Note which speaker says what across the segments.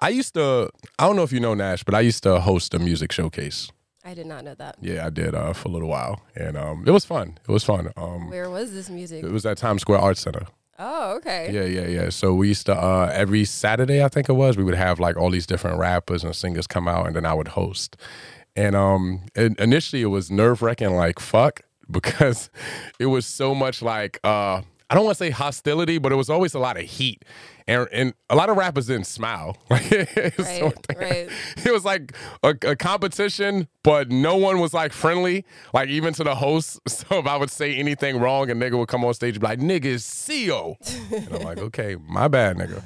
Speaker 1: I used to. I don't know if you know Nash, but I used to host a music showcase.
Speaker 2: I did not know that.
Speaker 1: Yeah, I did uh, for a little while, and um, it was fun. It was fun. Um,
Speaker 2: Where was this music?
Speaker 1: it was at Times Square Arts Center.
Speaker 2: Oh, okay.
Speaker 1: Yeah, yeah, yeah. So we used to uh, every Saturday, I think it was, we would have like all these different rappers and singers come out, and then I would host. And um, in- initially, it was nerve wracking, like fuck, because it was so much like uh, I don't want to say hostility, but it was always a lot of heat, and and a lot of rappers didn't smile. Like, it's
Speaker 2: Right,
Speaker 1: sort of thing.
Speaker 2: right.
Speaker 1: It was like a, a competition, but no one was like friendly, like even to the host. So if I would say anything wrong, a nigga would come on stage and be like, "Nigga is CEO," and I'm like, "Okay, my bad, nigga."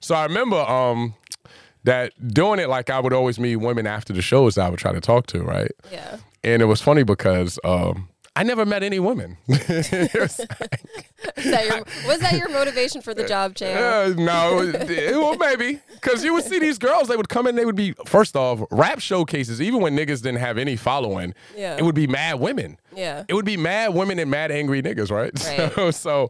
Speaker 1: So I remember um that doing it like I would always meet women after the shows that I would try to talk to, right?
Speaker 2: Yeah.
Speaker 1: And it was funny because um I never met any women. It was like-
Speaker 2: Was that your, was that your motivation for the job, Chan?
Speaker 1: uh, no, it- it- well, maybe because you would see these girls. They would come in. They would be first off rap showcases. Even when niggas didn't have any following,
Speaker 2: Yeah.
Speaker 1: it would be mad women.
Speaker 2: Yeah.
Speaker 1: It would be mad women and mad angry niggas, right?
Speaker 2: Right.
Speaker 1: So, so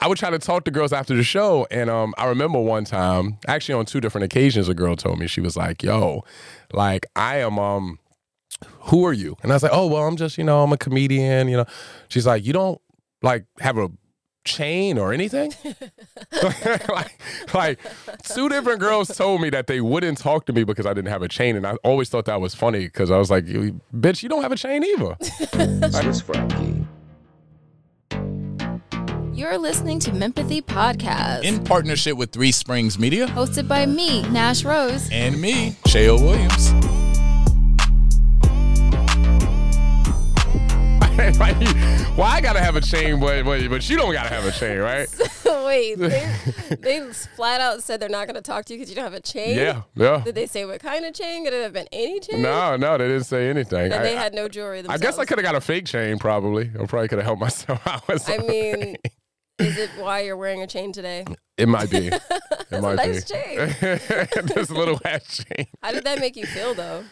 Speaker 1: I would try to talk to girls after the show, and um, I remember one time, actually on two different occasions, a girl told me she was like, "Yo, like I am um." who are you? And I was like, oh, well, I'm just, you know, I'm a comedian, you know. She's like, you don't like have a chain or anything? like, like, two different girls told me that they wouldn't talk to me because I didn't have a chain. And I always thought that was funny because I was like, you- bitch, you don't have a chain either.
Speaker 3: Swiss Frankie.
Speaker 4: You're listening to Mempathy Podcast,
Speaker 5: in partnership with Three Springs Media
Speaker 4: hosted by me, Nash Rose.
Speaker 5: and me, Shale Williams.
Speaker 1: Like, well, I gotta have a chain, but, but but you don't gotta have a chain, right?
Speaker 2: Wait, they, they flat out said they're not going to talk to you because you don't have a chain.
Speaker 1: Yeah, yeah.
Speaker 2: Did they say what kind of chain? Could it have been any chain?
Speaker 1: No, no, they didn't say anything.
Speaker 2: And
Speaker 1: I,
Speaker 2: they had no jewelry
Speaker 1: I
Speaker 2: themselves.
Speaker 1: guess I could have got a fake chain, probably. I probably could have helped myself out. with
Speaker 2: I
Speaker 1: something.
Speaker 2: mean, is it why you're wearing a chain today?
Speaker 1: It might be. It might
Speaker 2: nice
Speaker 1: be. this little ass chain.
Speaker 2: How did that make you feel though?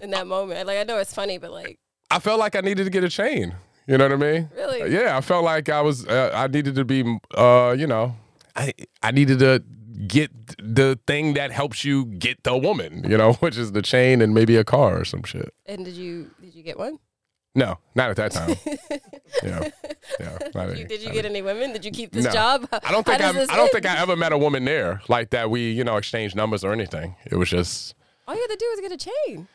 Speaker 2: In that moment, like I know it's funny, but like
Speaker 1: I felt like I needed to get a chain. You know what I mean?
Speaker 2: Really?
Speaker 1: Yeah, I felt like I was. Uh, I needed to be. Uh, you know, I I needed to get the thing that helps you get the woman. You know, which is the chain and maybe a car or some shit.
Speaker 2: And did you did you get one?
Speaker 1: No, not at that time. yeah, yeah. Not
Speaker 2: Did you,
Speaker 1: any-
Speaker 2: did you
Speaker 1: not
Speaker 2: get
Speaker 1: any-
Speaker 2: any women? Did you keep this
Speaker 1: No.
Speaker 2: job?
Speaker 1: I don't think
Speaker 2: How
Speaker 1: I.
Speaker 2: does this
Speaker 1: I don't
Speaker 2: end?
Speaker 1: think I ever met a woman there like that. We you know exchanged numbers or anything. It was just.
Speaker 2: All you had to do was get a chain.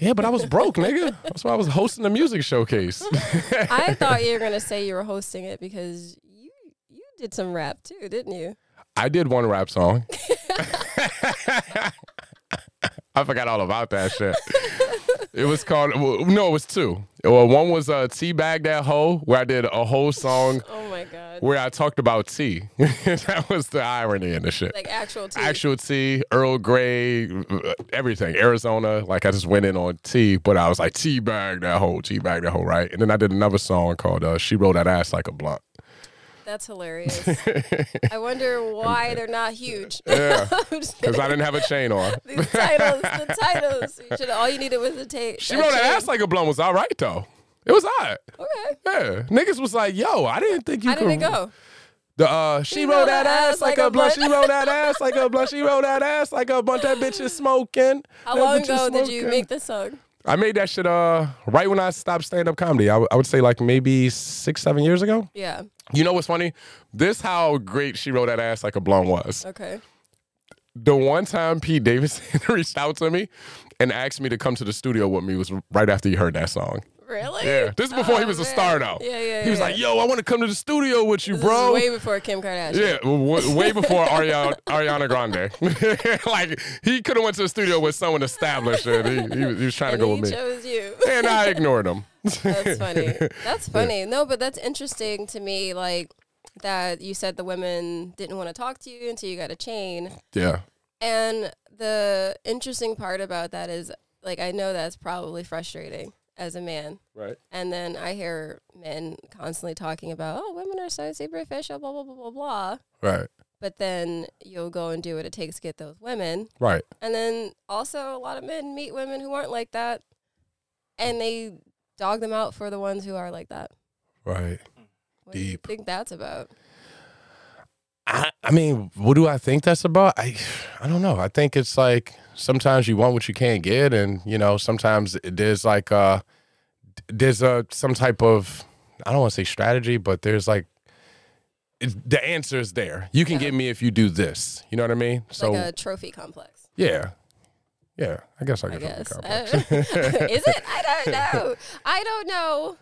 Speaker 1: Yeah, but I was broke, nigga. That's why I was hosting the music showcase.
Speaker 2: I thought you were gonna say you were hosting it because you you did some rap too, didn't you?
Speaker 1: I did one rap song. I forgot all about that shit. It was called well, no, it was two. Well, one was uh, "Teabag That Hoe," where I did a whole song
Speaker 2: Oh my god!
Speaker 1: where I talked about tea. that was the irony in the shit.
Speaker 2: Like actual tea.
Speaker 1: Actual tea, Earl Grey, uh, everything. Arizona, like I just went in on tea, but I was like tea bag that whole, tea bag that whole, right? And then I did another song called uh, "She Rolled That Ass Like a Blunt."
Speaker 2: That's hilarious. I wonder why they're not huge.
Speaker 1: Yeah,
Speaker 2: I'm just
Speaker 1: because
Speaker 2: kidding.
Speaker 1: I didn't have a chain on.
Speaker 2: These titles, the titles. You should, all you needed was a tape.
Speaker 1: She wrote that ass like a blunt was all right though. It was all right.
Speaker 2: Okay.
Speaker 1: Yeah. Niggas was like, yo, I didn't think you
Speaker 2: How
Speaker 1: could.
Speaker 2: did it go?
Speaker 1: The, uh, she, rolled that ass like a blunt. She rolled that ass like a blunt. She rolled that ass like a blunt. That bitch is smoking.
Speaker 2: How
Speaker 1: That
Speaker 2: long
Speaker 1: bitch is
Speaker 2: ago did you
Speaker 1: smoking.
Speaker 2: make this song?
Speaker 1: I made that shit uh right when I stopped stand up comedy. I, w- I would say like maybe six, seven years ago.
Speaker 2: Yeah.
Speaker 1: You know what's funny? This how great she rolled that ass like a blunt was.
Speaker 2: Okay.
Speaker 1: the one time Pete Davidson reached out to me and asked me to come to the studio with me was right after he heard that song.
Speaker 2: Really? Oh,
Speaker 1: Yeah, this is before he was a
Speaker 2: man.
Speaker 1: star though.
Speaker 2: Yeah, yeah,
Speaker 1: He was
Speaker 2: yeah.
Speaker 1: like, "Yo, I want to come to the studio with you,
Speaker 2: This
Speaker 1: bro."
Speaker 2: is way before Kim Kardashian.
Speaker 1: yeah, w- way before Ariana, Ariana Grande. like he could have went to the studio with someone established, and he, he, was- he was trying
Speaker 2: And
Speaker 1: to go
Speaker 2: he
Speaker 1: with me.
Speaker 2: chose you.
Speaker 1: and I ignored him.
Speaker 2: That's funny. That's funny. No, but that's interesting to me. Like that you said the women didn't want to talk to you until you got a chain.
Speaker 1: yeah,
Speaker 2: And the interesting part about that is, like, I know that's probably frustrating as a man.
Speaker 1: right.
Speaker 2: And then I hear men constantly talking about, oh, women are so superficial, blah, blah, blah, blah, blah.
Speaker 1: Right,
Speaker 2: But then you'll go and do what it takes to get those women.
Speaker 1: right.
Speaker 2: And then also, a lot of men meet women who aren't like that and they dog them out for the ones who are like that.
Speaker 1: Right.
Speaker 2: What do you
Speaker 1: Deep.
Speaker 2: think that's about?
Speaker 1: I, I mean, what do I think that's about? I, I don't know. I think it's like sometimes you want what you can't get, and you know, sometimes there's like uh, there's a some type of I don't want to say strategy, but there's like it, the answer is there. You can
Speaker 2: Yeah.
Speaker 1: get me if you do this. You know what I mean? So
Speaker 2: like a trophy complex.
Speaker 1: yeah, yeah. I guess I
Speaker 2: I
Speaker 1: could.
Speaker 2: guess.
Speaker 1: overcome
Speaker 2: I
Speaker 1: it.
Speaker 2: don't- Is it? I don't know. I don't know.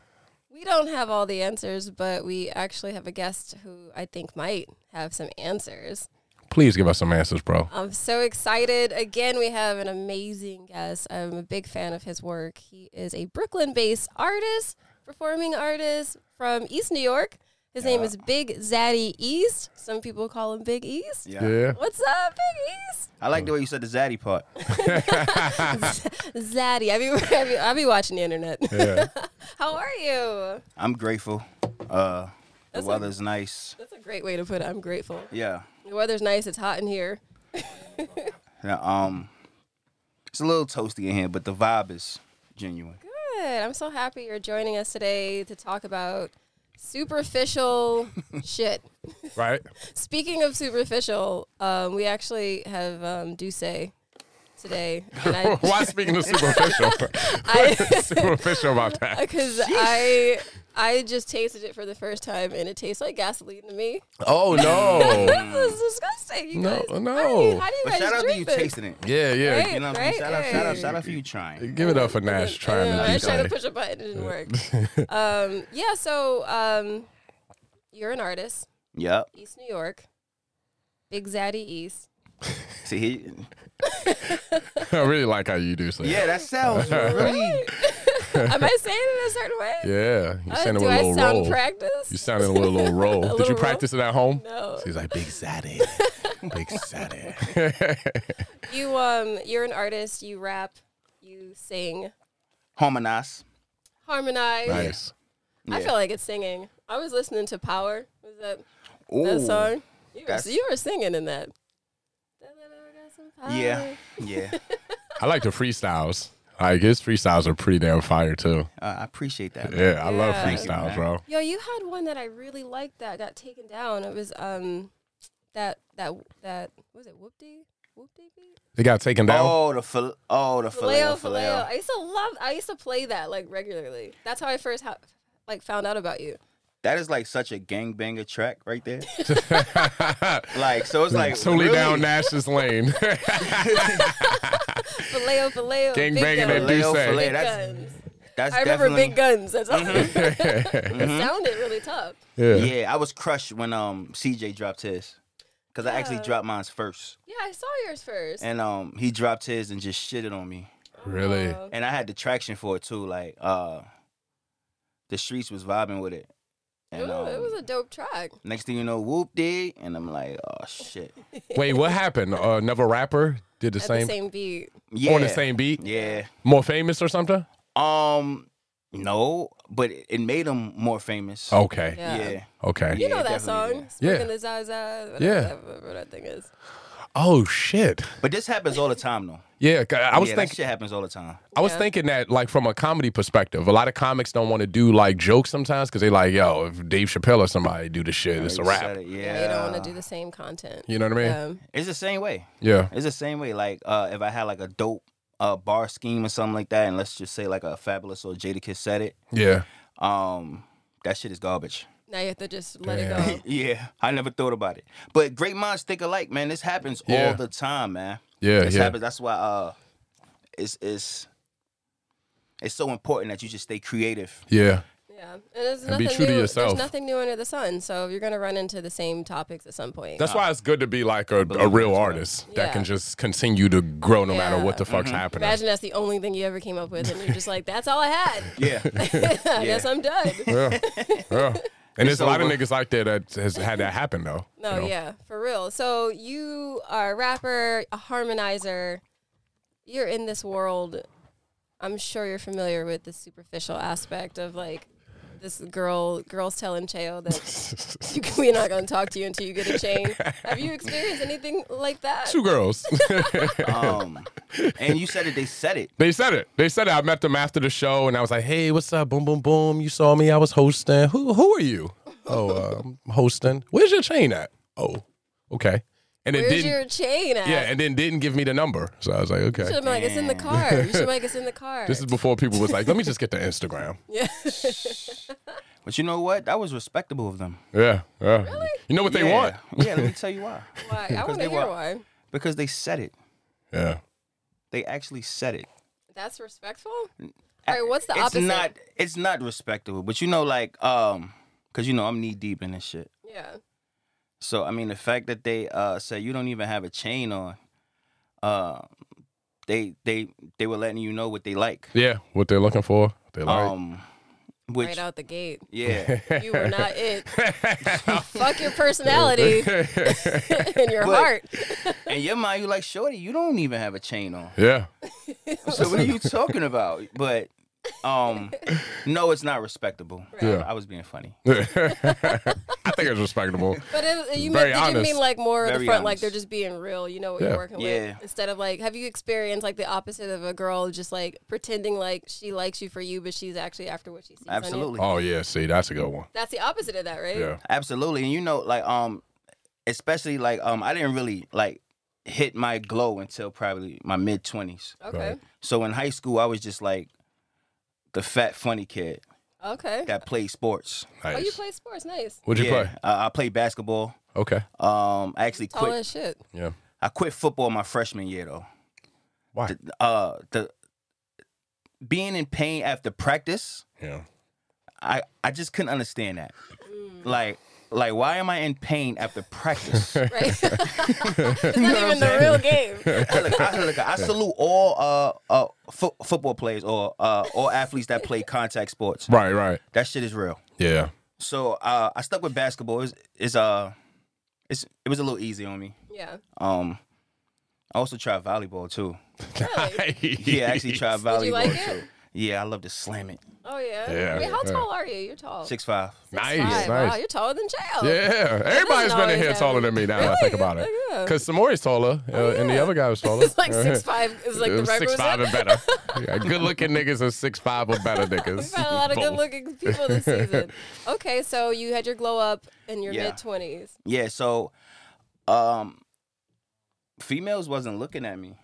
Speaker 2: We don't have all the answers, but we actually have a guest who I think might have some answers.
Speaker 1: Please give us some answers, bro.
Speaker 2: I'm so excited. Again, we have an amazing guest. I'm a big fan of his work. He is a Brooklyn based artist, performing artist from East New York. His name is Big Zaddy East. Some people call him Big East.
Speaker 1: Yeah.
Speaker 2: What's up, Big East?
Speaker 6: I like the way you said the zaddy part.
Speaker 2: Zaddy. I be, I be, I be watching the internet.
Speaker 1: Yeah.
Speaker 2: How are you?
Speaker 6: I'm grateful. Uh, the
Speaker 2: That's
Speaker 6: weather's nice.
Speaker 2: That's a great way to put it. I'm grateful.
Speaker 6: Yeah.
Speaker 2: The weather's nice. It's hot in here.
Speaker 6: Yeah, um, it's a little toasty in here, but the vibe is genuine.
Speaker 2: Good. I'm so happy you're joining us today to talk about superficial shit.
Speaker 1: Right.
Speaker 2: Speaking of superficial, um, we actually have um, Duce today. And I,
Speaker 1: Why speaking of superficial?
Speaker 2: I,
Speaker 1: superficial about that.
Speaker 2: because I, I just tasted it for the first time and it tastes like gasoline to me.
Speaker 1: Oh no.
Speaker 2: This is disgusting. You
Speaker 1: No,
Speaker 2: guys, how do
Speaker 1: no.
Speaker 2: you- How do you,
Speaker 6: But
Speaker 2: guys
Speaker 6: shout out to
Speaker 2: drink
Speaker 6: you
Speaker 2: this?
Speaker 6: tasting it.
Speaker 1: yeah, yeah.
Speaker 2: Right?
Speaker 6: You know what I'm saying? Shout out, shout out,
Speaker 2: Hey.
Speaker 6: shout out for you trying.
Speaker 1: Give it up for Nash trying
Speaker 2: I know, I
Speaker 1: to do
Speaker 2: tried
Speaker 1: something.
Speaker 2: to push a button, it didn't work. um, yeah, so um, you're an artist,
Speaker 6: Yep.
Speaker 2: East New York, Big Zaddy East.
Speaker 6: See, he,
Speaker 1: I really like how you do say.
Speaker 6: yeah, that sounds really.
Speaker 2: Am I saying it a certain way?
Speaker 1: that. Yeah. You
Speaker 2: Uh,
Speaker 1: sounded
Speaker 2: do
Speaker 1: with a
Speaker 2: I
Speaker 1: little
Speaker 2: sound
Speaker 1: roll.
Speaker 2: practiced?
Speaker 1: You sounded with a little roll. Did
Speaker 2: little
Speaker 1: you
Speaker 2: roll?
Speaker 1: practice it at home?
Speaker 2: No.
Speaker 1: She's like big zaddy. big zaddy.
Speaker 2: You um, you're an artist. You rap, you sing,
Speaker 6: Harmonize.
Speaker 2: harmonize.
Speaker 1: nice.
Speaker 2: I
Speaker 6: Yeah.
Speaker 2: feel like it's singing. I was listening to Power. Was that that
Speaker 6: Ooh.
Speaker 2: song? You were,
Speaker 6: that's-
Speaker 2: you were singing in that.
Speaker 6: Yeah, yeah.
Speaker 1: I like the freestyles. Like his freestyles are pretty damn fire too.
Speaker 6: Uh, I appreciate that. man.
Speaker 1: Yeah, I love
Speaker 2: Yeah. Thank
Speaker 6: you,
Speaker 1: freestyles,
Speaker 6: man.
Speaker 1: bro.
Speaker 2: Yo, you had one that I really liked that got taken down. It was um that that that was it whoopty whoopty beat?
Speaker 1: They got taken down.
Speaker 6: Oh, the fil- oh, the
Speaker 2: Phileo,
Speaker 6: fileo,
Speaker 2: Phileo. I
Speaker 6: fileo.
Speaker 2: used to love I used to play that like regularly. That's how I first ha- like found out about you.
Speaker 6: That is like such a gangbanger track right there. like, so it's like
Speaker 1: totally
Speaker 6: really?
Speaker 1: down Nash's lane.
Speaker 2: Phileo Phileo.
Speaker 1: Gang
Speaker 2: big
Speaker 1: banging
Speaker 2: guns.
Speaker 1: that do
Speaker 6: Phileo,
Speaker 1: say.
Speaker 6: Phileo.
Speaker 2: Big
Speaker 6: That's-
Speaker 2: guns.
Speaker 6: That's
Speaker 2: I remember
Speaker 6: definitely- Mm-hmm.
Speaker 2: big guns. That's all. it sounded really tough.
Speaker 1: Yeah.
Speaker 6: Yeah, I was crushed when um CJ dropped his, cause I actually
Speaker 2: Yeah.
Speaker 6: dropped mine first,
Speaker 2: Yeah, I saw yours first.
Speaker 6: and um he dropped his and just shitted on me,
Speaker 1: Really?
Speaker 2: Oh.
Speaker 6: and I had the traction for it too. Like uh, the streets was vibing with it, and
Speaker 2: Ooh, it
Speaker 6: um,
Speaker 2: was a dope track.
Speaker 6: next thing you know, whoop did, and I'm like, oh shit,
Speaker 1: Wait, what happened? Uh, another rapper did the
Speaker 2: At
Speaker 1: same,
Speaker 2: the same beat.
Speaker 6: yeah,
Speaker 1: on the same beat,
Speaker 6: yeah,
Speaker 1: more famous or something?
Speaker 6: um, no, but it, it made him more famous.
Speaker 1: Okay,
Speaker 2: Yeah.
Speaker 6: yeah,
Speaker 1: okay.
Speaker 2: You know
Speaker 6: Yeah,
Speaker 2: that
Speaker 6: definitely,
Speaker 2: song,
Speaker 6: yeah.
Speaker 2: Smoking
Speaker 1: Yeah.
Speaker 2: the Zaza, whatever,
Speaker 1: Yeah.
Speaker 2: that- whatever that thing is.
Speaker 1: Oh shit!
Speaker 6: but this happens all the time though.
Speaker 1: Yeah, 'cause I was
Speaker 6: Oh, yeah, that
Speaker 1: thinking.
Speaker 6: shit happens all the time.
Speaker 1: I was
Speaker 2: Yeah.
Speaker 1: thinking that, like, from a comedy perspective, a lot of comics don't want to do like jokes sometimes because they like, yo, if Dave Chappelle or somebody do the shit, it's a
Speaker 6: You said
Speaker 1: rap.
Speaker 6: it,
Speaker 2: Yeah.
Speaker 6: Yeah,
Speaker 2: They don't want to do the same content.
Speaker 1: You know what I mean?
Speaker 2: Um,
Speaker 6: It's the same way.
Speaker 1: Yeah,
Speaker 6: It's the same way. Like uh, if I had like a dope uh, bar scheme or something like that, and let's just say like a fabulous or Jadakiss said it,
Speaker 1: yeah.
Speaker 6: um, that shit is garbage.
Speaker 2: now you have to just let
Speaker 1: Damn.
Speaker 2: it go.
Speaker 6: yeah, I never thought about it. But great minds think alike, man. This happens
Speaker 1: Yeah.
Speaker 6: all the time, man.
Speaker 1: Yeah,
Speaker 6: this
Speaker 1: yeah.
Speaker 6: happens. That's why uh, it's it's it's so important that you just stay creative.
Speaker 1: yeah,
Speaker 2: Yeah, and there's
Speaker 1: And be
Speaker 2: nothing
Speaker 1: true to
Speaker 2: new.
Speaker 1: yourself.
Speaker 2: There's nothing new under the sun, so you're gonna run into the same topics at some point.
Speaker 6: Uh,
Speaker 1: That's why it's good to be like a, a real artist that
Speaker 2: Yeah.
Speaker 1: can just continue to grow no matter
Speaker 2: Yeah.
Speaker 1: what the fuck's
Speaker 6: Mm-hmm.
Speaker 1: happening.
Speaker 2: Imagine that's the only thing you ever came up with, and you're just like, "That's all I had.
Speaker 6: Yeah,
Speaker 2: I guess I'm done."
Speaker 1: Yeah, yeah. And there's a lot of
Speaker 6: over.
Speaker 1: niggas like that that has had that happen though.
Speaker 2: No,
Speaker 1: you know?
Speaker 2: yeah, for real. So you are a rapper, a harmonizer. You're in this world. I'm sure you're familiar with the superficial aspect of like this girl, girls telling Cheo that you, we're not going to talk to you until you get a chain. Have you experienced anything like that?
Speaker 1: Two girls.
Speaker 6: um, and you said it. They said it.
Speaker 1: They said it. They said it. I met them after the show, and I was like, "Hey, what's up? Boom, boom, boom. You um, saw me. I was hosting. Who, who are you? Oh, uh, I'm hosting. Where's your chain at? Oh, okay. And it
Speaker 2: Where's
Speaker 1: didn't.
Speaker 2: your chain at?
Speaker 1: yeah, and then didn't give me the number. So I was like,
Speaker 2: You should
Speaker 1: okay.
Speaker 2: have been like, it's in the car. You should have been like, it's in the car.
Speaker 1: This is before people was like, let me just get the Instagram.
Speaker 2: yeah.
Speaker 6: But you know what? That was respectable of them.
Speaker 1: Yeah, yeah. Really? You know what they
Speaker 6: Yeah.
Speaker 1: want?
Speaker 6: yeah, let me tell you why.
Speaker 2: Why? I want
Speaker 6: they
Speaker 2: to hear
Speaker 6: were-
Speaker 2: why.
Speaker 6: Because they said it.
Speaker 1: Yeah.
Speaker 6: They actually said it.
Speaker 2: That's respectful. All right, what's the
Speaker 6: it's
Speaker 2: opposite?
Speaker 6: not it's not respectable, but you know, like, um, cause you know I'm knee deep in this shit.
Speaker 2: yeah.
Speaker 6: So I mean, the fact that they uh said you don't even have a chain on, uh, they they they were letting you know what they like.
Speaker 1: Yeah. What they're looking for. what They like.
Speaker 6: Um, which
Speaker 2: Right out the gate.
Speaker 6: yeah,
Speaker 2: You were not it. Fuck your personality and your
Speaker 6: But-
Speaker 2: heart.
Speaker 6: and your mind, you like, shorty, you don't even have a chain on.
Speaker 1: yeah.
Speaker 6: So what are you talking about? But um, no, it's not respectable.
Speaker 1: Yeah.
Speaker 6: I was being funny.
Speaker 1: I think it's respectable.
Speaker 2: But it, you
Speaker 1: Very
Speaker 2: meant, did you
Speaker 1: honest.
Speaker 2: mean like more of the
Speaker 6: Very
Speaker 2: front, like
Speaker 6: honest.
Speaker 2: they're just being real. You know what
Speaker 1: Yeah.
Speaker 2: you're working
Speaker 6: Yeah.
Speaker 2: with. Instead of like, have you experienced like the opposite of a girl just like pretending like she likes you for you, but she's actually after what she sees on you?
Speaker 6: Absolutely,
Speaker 1: Oh yeah. See, that's a good one.
Speaker 2: That's the opposite of that, right?
Speaker 1: Yeah.
Speaker 6: absolutely. And you know, like um, especially like um, I didn't really like hit my glow until probably my mid twenties.
Speaker 2: Okay.
Speaker 6: So in high school, I was just like the fat funny kid
Speaker 2: Okay.
Speaker 6: that played sports.
Speaker 2: Oh, you
Speaker 1: Nice.
Speaker 2: play sports. Nice.
Speaker 1: What'd you
Speaker 6: yeah,
Speaker 1: play?
Speaker 6: I, I played basketball.
Speaker 1: Okay.
Speaker 6: Um, I actually
Speaker 2: Tall
Speaker 6: quit.
Speaker 2: as shit.
Speaker 1: Yeah.
Speaker 6: I quit football my freshman year though.
Speaker 1: Why?
Speaker 6: The, uh, the being in pain after practice,
Speaker 1: Yeah.
Speaker 6: I I just couldn't understand that. Like like why am I in pain after practice?
Speaker 2: Right. it's not even the real game.
Speaker 6: look, I, look, I salute all uh, uh fo- football players or uh all athletes that play contact sports.
Speaker 1: Right. Right.
Speaker 6: That shit is real.
Speaker 1: Yeah.
Speaker 6: So uh, I stuck with basketball. It's, it's uh, it's it was a little easy on me.
Speaker 2: Yeah.
Speaker 6: Um, I also tried volleyball too.
Speaker 2: Really?
Speaker 6: Yeah, I actually tried volleyball
Speaker 2: Did you like
Speaker 6: too.
Speaker 2: it?
Speaker 6: Yeah, I love to slam it.
Speaker 2: Oh yeah.
Speaker 1: Yeah.
Speaker 2: Wait, how
Speaker 1: Yeah.
Speaker 2: tall are you? You're tall.
Speaker 6: Six five.
Speaker 1: Nice.
Speaker 2: Five. Wow,
Speaker 1: Nice.
Speaker 2: you're taller than Jail.
Speaker 1: Yeah, everybody's been in
Speaker 2: always
Speaker 1: here
Speaker 2: happen.
Speaker 1: taller than me now. that I think
Speaker 2: Really?
Speaker 1: about it,
Speaker 2: Yeah.
Speaker 1: because Samori's taller, uh, and the other guy was taller.
Speaker 2: It's like six five. It's like the record
Speaker 1: six
Speaker 2: was
Speaker 1: five
Speaker 2: up.
Speaker 1: and better. yeah, good looking niggas are six five or better
Speaker 2: We
Speaker 1: niggas.
Speaker 2: found a lot of
Speaker 1: Both.
Speaker 2: good looking people this season. Okay, so you had your glow up in your
Speaker 6: Yeah.
Speaker 2: mid twenties.
Speaker 6: Yeah. So, um, females wasn't looking at me,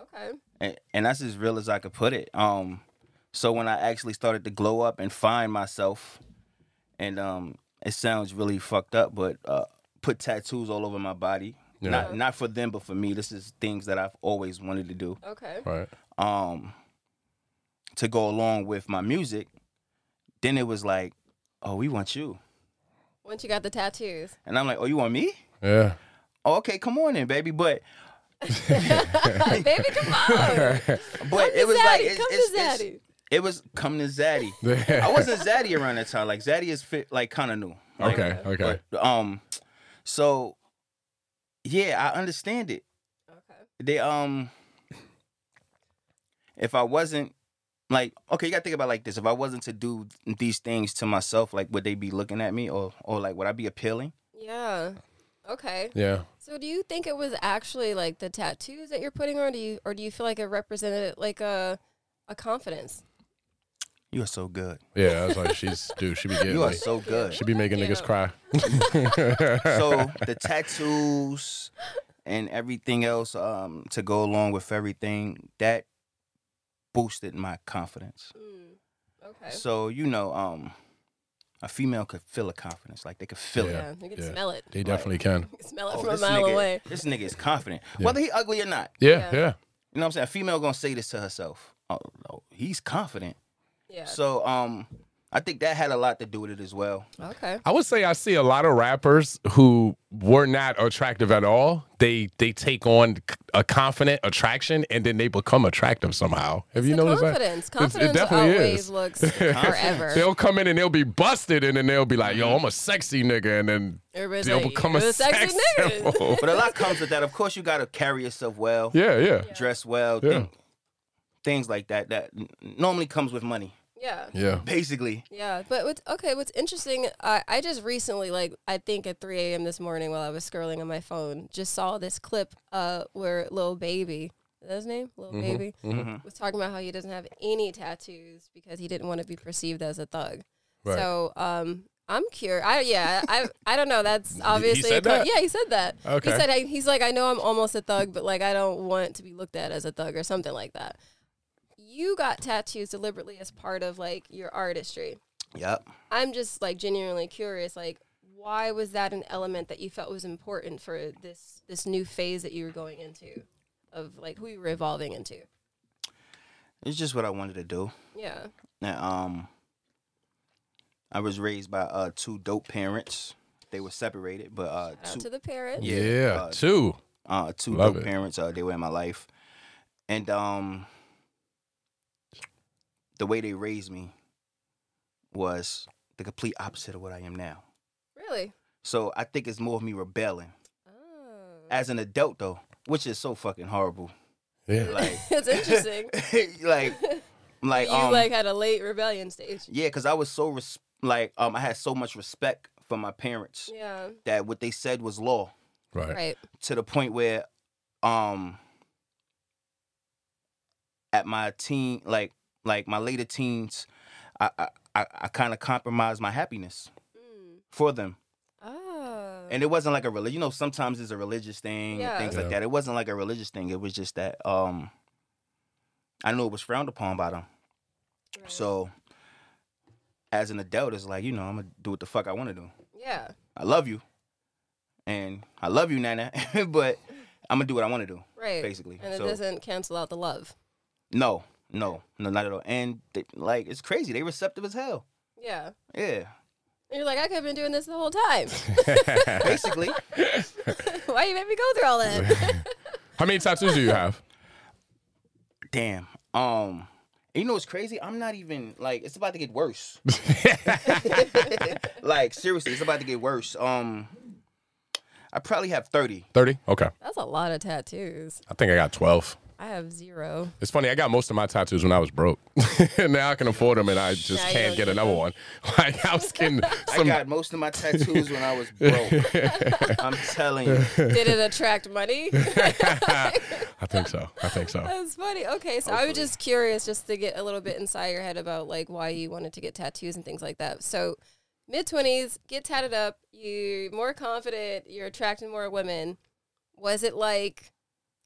Speaker 2: Okay.
Speaker 6: and, and that's as real as I could put it. Um, so when I actually started to glow up and find myself, and um, it sounds really fucked up, but uh, put tattoos all over my body.
Speaker 1: Yeah.
Speaker 6: Not not for them, but for me. This is things that I've always wanted to do.
Speaker 2: Okay.
Speaker 1: Right.
Speaker 6: um to go along with my music, then it was like, oh, we want you.
Speaker 2: Once you got the tattoos.
Speaker 6: And I'm like, oh, you want me?
Speaker 1: Yeah.
Speaker 6: Oh, okay, come on in, baby. But
Speaker 2: Baby, come on.
Speaker 6: but it was
Speaker 2: Zaddy,
Speaker 6: like, it's,
Speaker 2: come
Speaker 6: it's,
Speaker 2: to
Speaker 6: it's-
Speaker 2: Zaddy.
Speaker 6: it was come to Zaddy. I wasn't Zaddy around that time. Like Zaddy is fit, like kind of new. Like,
Speaker 1: Okay. Okay.
Speaker 6: But, um, so yeah, I understand it.
Speaker 2: Okay.
Speaker 6: They um, if I wasn't like okay, you gotta think about it like this. If I wasn't to do these things to myself, like would they be looking at me or or like would I be appealing?
Speaker 2: Yeah. Okay.
Speaker 1: Yeah.
Speaker 2: So do you think it was actually like the tattoos that you're putting on? Do you or do you feel like it represented like a a confidence?
Speaker 6: You are so good.
Speaker 1: Yeah. I was like, she's dude. She be getting.
Speaker 6: You are
Speaker 1: Like,
Speaker 6: so good.
Speaker 1: she be making niggas cry.
Speaker 6: so the tattoos and everything else um to go along with everything that boosted my confidence.
Speaker 2: Mm, Okay.
Speaker 6: So you know um a female could feel a confidence like they could feel it.
Speaker 2: yeah, you can
Speaker 1: yeah.
Speaker 2: smell it.
Speaker 1: They definitely can.
Speaker 2: You can smell it
Speaker 6: Oh,
Speaker 2: from a
Speaker 6: this
Speaker 2: mile
Speaker 6: nigga,
Speaker 2: away.
Speaker 6: this nigga is confident, whether he ugly or not.
Speaker 1: Yeah.
Speaker 2: Yeah.
Speaker 1: Yeah.
Speaker 6: You know what I'm saying? A female gonna say this to herself. Oh no, he's confident.
Speaker 2: Yeah.
Speaker 6: So um, I think that had a lot to do with it as well.
Speaker 2: okay.
Speaker 1: I would say I see a lot of rappers who were not attractive at all. They they take on c- a confident attraction and then they become attractive somehow. Have you
Speaker 2: The
Speaker 1: noticed
Speaker 2: confidence.
Speaker 1: that? It's-
Speaker 2: Confidence
Speaker 1: definitely
Speaker 2: always
Speaker 1: is.
Speaker 2: looks forever.
Speaker 1: They'll come in and they'll be busted and then they'll be like, "Yo, I'm a sexy nigga," and then
Speaker 2: Everybody's
Speaker 1: they'll
Speaker 2: like,
Speaker 1: become a,
Speaker 2: "You're a
Speaker 1: sex
Speaker 2: sexy nigga."
Speaker 1: symbol.
Speaker 6: But a lot comes with that. Of course, you gotta carry yourself well,
Speaker 1: yeah, yeah,
Speaker 6: dress well,
Speaker 1: Yeah.
Speaker 6: think- things like that. That n- normally comes with money,
Speaker 2: yeah.
Speaker 1: yeah,
Speaker 6: basically.
Speaker 2: Yeah, but what's okay? What's interesting? I, I just recently, like, I think at 3 a.m. this morning while I was scrolling on my phone, just saw this clip uh, where Lil Baby, is that his name, Lil
Speaker 1: Mm-hmm.
Speaker 2: Baby, was talking about how he doesn't have any tattoos because he didn't want to be perceived as a thug.
Speaker 1: Right.
Speaker 2: So um, I'm curious. I yeah, I I don't know. That's obviously
Speaker 1: said
Speaker 2: a co-
Speaker 1: that?
Speaker 2: yeah. He said that.
Speaker 1: Okay.
Speaker 2: He said I, he's like I know I'm almost a thug, but like I don't want to be looked at as a thug or something like that. You got tattoos deliberately as part of like your artistry.
Speaker 6: Yep.
Speaker 2: I'm just like genuinely curious. Like, why was that an element that you felt was important for this this new phase that you were going into, of like who you were evolving into?
Speaker 6: It's just what I wanted to do.
Speaker 2: Yeah.
Speaker 6: And, um, I was raised by uh, two dope parents. They were separated, but uh,
Speaker 2: Out
Speaker 6: two
Speaker 2: to the parents.
Speaker 1: Yeah,
Speaker 6: Yeah, uh,
Speaker 1: two.
Speaker 6: uh, two
Speaker 1: Love
Speaker 6: dope
Speaker 1: it.
Speaker 6: parents. Uh, they were in my life, and um, the way they raised me was the complete opposite of what I am now.
Speaker 2: Really.
Speaker 6: So I think it's more of me rebelling
Speaker 2: Oh.
Speaker 6: as an adult, though, which is so fucking horrible.
Speaker 1: Yeah.
Speaker 6: Like,
Speaker 2: Oh. That's interesting.
Speaker 6: like, like,
Speaker 2: you
Speaker 6: um,
Speaker 2: like had a late rebellion stage.
Speaker 6: yeah, because I was so res- like, um, I had so much respect for my parents
Speaker 2: Yeah.
Speaker 6: that what they said was law.
Speaker 1: Right.
Speaker 2: Right.
Speaker 6: to the point where um at my teen like like my later teens i i, I, I kind of compromised my happiness
Speaker 2: Mm.
Speaker 6: for them
Speaker 2: Oh.
Speaker 6: and it wasn't like a religion you know sometimes it's a religious thing
Speaker 2: Yeah.
Speaker 6: and things like
Speaker 1: Yeah.
Speaker 6: that it wasn't like a religious thing it was just that um i knew it was frowned upon by them
Speaker 2: Right.
Speaker 6: so as an adult it's like you know i'm gonna do what the fuck i want to do
Speaker 2: yeah.
Speaker 6: i love you and i love you nana but i'm gonna do what i want to do
Speaker 2: Right.
Speaker 6: basically
Speaker 2: And it
Speaker 6: so
Speaker 2: doesn't cancel out the love.
Speaker 6: No, no, no, not at all. And they, like, it's crazy. They receptive as hell.
Speaker 2: Yeah.
Speaker 6: Yeah,
Speaker 2: And you're like, I could have been doing this the whole time.
Speaker 6: basically.
Speaker 2: Why you made me go through all that?
Speaker 1: How many tattoos do you have?
Speaker 6: Damn. Um, you know what's crazy? I'm not even like it's about to get worse. like seriously, it's about to get worse. Um, I probably have thirty.
Speaker 1: Thirty. Okay.
Speaker 2: That's a lot of tattoos.
Speaker 1: I think I got twelve.
Speaker 2: I have zero.
Speaker 1: It's funny. I got most of my tattoos when I was broke. now I can afford them, and I just
Speaker 2: Now you
Speaker 1: can't
Speaker 2: don't
Speaker 1: get
Speaker 2: get
Speaker 1: another
Speaker 2: them.
Speaker 1: one. Like I was getting
Speaker 6: I
Speaker 1: some.
Speaker 6: got most of my tattoos when I was broke. I'm telling you.
Speaker 2: Did it attract money?
Speaker 1: I think so. I think so.
Speaker 2: That's funny. Okay, so I was just curious just to get a little bit inside your head about like why you wanted to get tattoos and things like that. So mid twenties, get tatted up, you're more confident, you're attracting more women. Was it like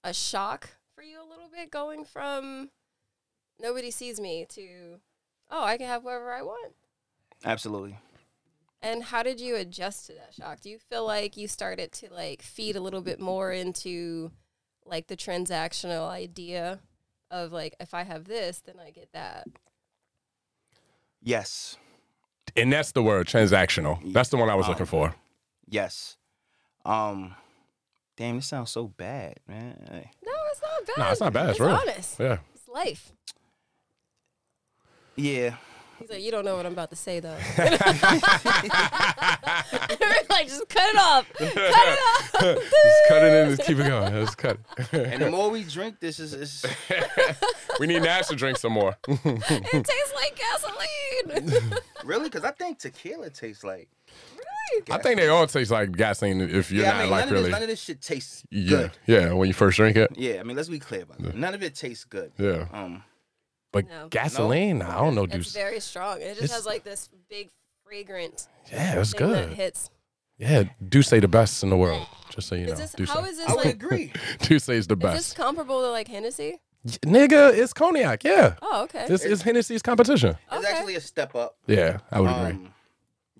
Speaker 2: a shock for you a little bit going from nobody sees me to oh, I can have whoever I want?
Speaker 6: Absolutely.
Speaker 2: And how did you adjust to that shock? Do you feel like you started to like feed a little bit more into like the transactional idea of like if I have this, then I get that?
Speaker 6: Yes.
Speaker 1: And that's the word transactional. That's the one I was looking for.
Speaker 6: Yes. Um. Damn, this sounds so bad, man.
Speaker 2: No, it's not bad.
Speaker 1: No, it's not bad. It's
Speaker 2: It's
Speaker 1: real.
Speaker 2: honest.
Speaker 1: Yeah.
Speaker 2: It's life.
Speaker 6: Yeah.
Speaker 2: He's like, you don't know what I'm about to say though. We're like, just cut it off. Cut it off.
Speaker 1: Just cut it in. Just keep it going. Let's cut. it.
Speaker 6: And the more we drink, this is it's,
Speaker 1: we need Nash to drink some more.
Speaker 2: It tastes like gasoline.
Speaker 6: really because I think tequila tastes like.
Speaker 1: I think they all taste like gasoline if you're
Speaker 6: yeah,
Speaker 1: not
Speaker 6: I mean,
Speaker 1: like
Speaker 6: none, of
Speaker 1: really.
Speaker 6: this, none of this shit tastes
Speaker 1: yeah,
Speaker 6: good.
Speaker 1: yeah. When you first drink it,
Speaker 6: Yeah, I mean, let's be clear about that. None of it tastes good.
Speaker 1: yeah.
Speaker 6: Um,
Speaker 1: But
Speaker 2: No.
Speaker 1: gasoline, I don't know, dude.
Speaker 2: it's very strong. It just
Speaker 1: It's-
Speaker 2: has like this big fragrant
Speaker 1: Yeah, it was
Speaker 2: thing
Speaker 1: good.
Speaker 2: that hits.
Speaker 1: Yeah, do say the best in the world. Just so you know,
Speaker 2: Is this,
Speaker 1: do
Speaker 2: how
Speaker 1: say.
Speaker 2: is
Speaker 6: I
Speaker 2: this
Speaker 6: would
Speaker 2: like?
Speaker 6: agree.
Speaker 1: do say is the
Speaker 2: Is this
Speaker 1: best.
Speaker 2: comparable to like Hennessy?
Speaker 1: Nigga, it's cognac. Yeah,
Speaker 2: Oh, okay.
Speaker 1: this is Hennessy's competition.
Speaker 6: It's
Speaker 2: Okay.
Speaker 6: actually a step up.
Speaker 1: Yeah, I would agree.
Speaker 6: Um,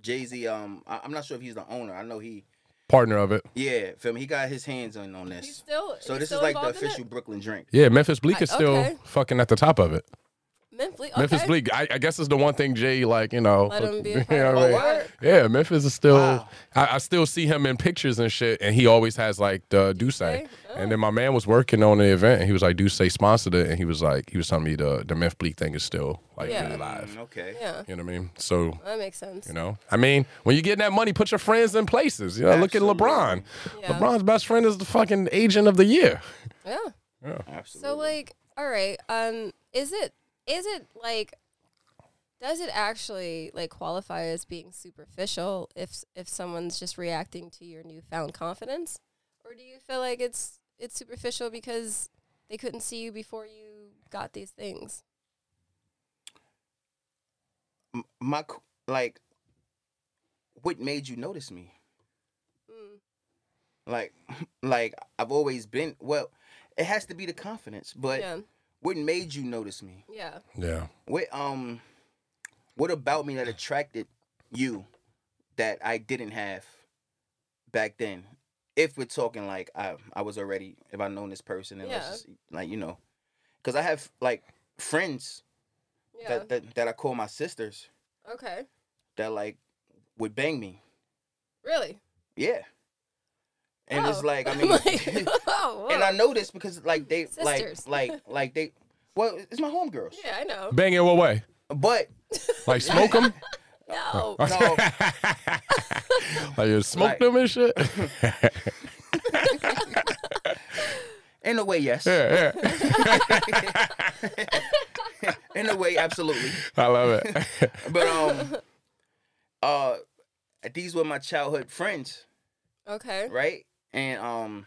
Speaker 6: Jay Z. Um, I, am not sure if he's the owner. I know he.
Speaker 1: Partner of it.
Speaker 6: Yeah, feel me. He got his hands on on
Speaker 2: He's
Speaker 6: this.
Speaker 2: still
Speaker 6: So
Speaker 2: he's
Speaker 6: this
Speaker 2: still
Speaker 6: is like the
Speaker 2: involved in it?
Speaker 6: official Brooklyn drink.
Speaker 1: Yeah, Memphis Bleak is
Speaker 2: I-
Speaker 1: still
Speaker 2: okay.
Speaker 1: fucking at the top of it.
Speaker 2: Memphis, okay.
Speaker 1: Memphis Bleak, I, I guess, is the one thing Jay like. You know,
Speaker 2: Let him be. A
Speaker 1: you
Speaker 2: part
Speaker 1: know
Speaker 2: of
Speaker 1: what I
Speaker 2: it.
Speaker 1: mean?
Speaker 6: Alright.
Speaker 1: Yeah, Memphis is still.
Speaker 6: Wow.
Speaker 1: I, I still see him in pictures and shit, and he always has like the Duce.
Speaker 2: Okay.
Speaker 1: And then my man was working on the event, and he was like, Duce sponsored it, and he was like, he was telling me the the Memphis Bleak thing is still like
Speaker 2: Yeah.
Speaker 1: really live.
Speaker 6: Mm, okay.
Speaker 2: Yeah,
Speaker 1: You know what I mean? So
Speaker 2: that makes sense.
Speaker 1: you know, I mean, when you get that money, put your friends in places. You know, look at
Speaker 6: Absolutely.
Speaker 1: LeBron.
Speaker 2: Yeah.
Speaker 1: LeBron's best friend is the fucking agent of the year.
Speaker 2: Yeah.
Speaker 6: Absolutely.
Speaker 2: So like, all right. Um, is it is it like, does it actually like qualify as being superficial if if someone's just reacting to your newfound confidence, or do you feel like it's it's superficial because they couldn't see you before you got these things?
Speaker 6: M- my qu- like what made you notice me?
Speaker 2: Hmm,
Speaker 6: Like, like I've always been. Well, it has to be the confidence, but
Speaker 2: Yeah.
Speaker 6: what made you notice me?
Speaker 2: Yeah.
Speaker 1: Yeah.
Speaker 6: What um, what about me that attracted you that I didn't have back then? If we're talking like I, I was already if I known this person and let's
Speaker 2: Yeah.
Speaker 6: just, like you know, because I have like friends
Speaker 2: Yeah.
Speaker 6: that, that that I call my sisters
Speaker 2: okay.
Speaker 6: that like would bang me.
Speaker 2: Really?
Speaker 6: Yeah. And
Speaker 2: Oh.
Speaker 6: it's like I
Speaker 2: I'm
Speaker 6: mean,
Speaker 2: like, oh,
Speaker 6: and
Speaker 2: whoa.
Speaker 6: I know this because like they
Speaker 2: Sisters.
Speaker 6: like like like they well it's my homegirls,
Speaker 2: yeah, I know.
Speaker 1: Bang in what way?
Speaker 6: but
Speaker 1: Like smoke them?
Speaker 2: No.
Speaker 6: no,
Speaker 1: like you smoke
Speaker 6: Like-
Speaker 1: them and shit? yeah,
Speaker 6: in a way yes,
Speaker 1: yeah.
Speaker 6: in a way absolutely.
Speaker 1: I love it.
Speaker 6: But um, uh, these were my childhood friends,
Speaker 2: Okay.
Speaker 6: right? And um,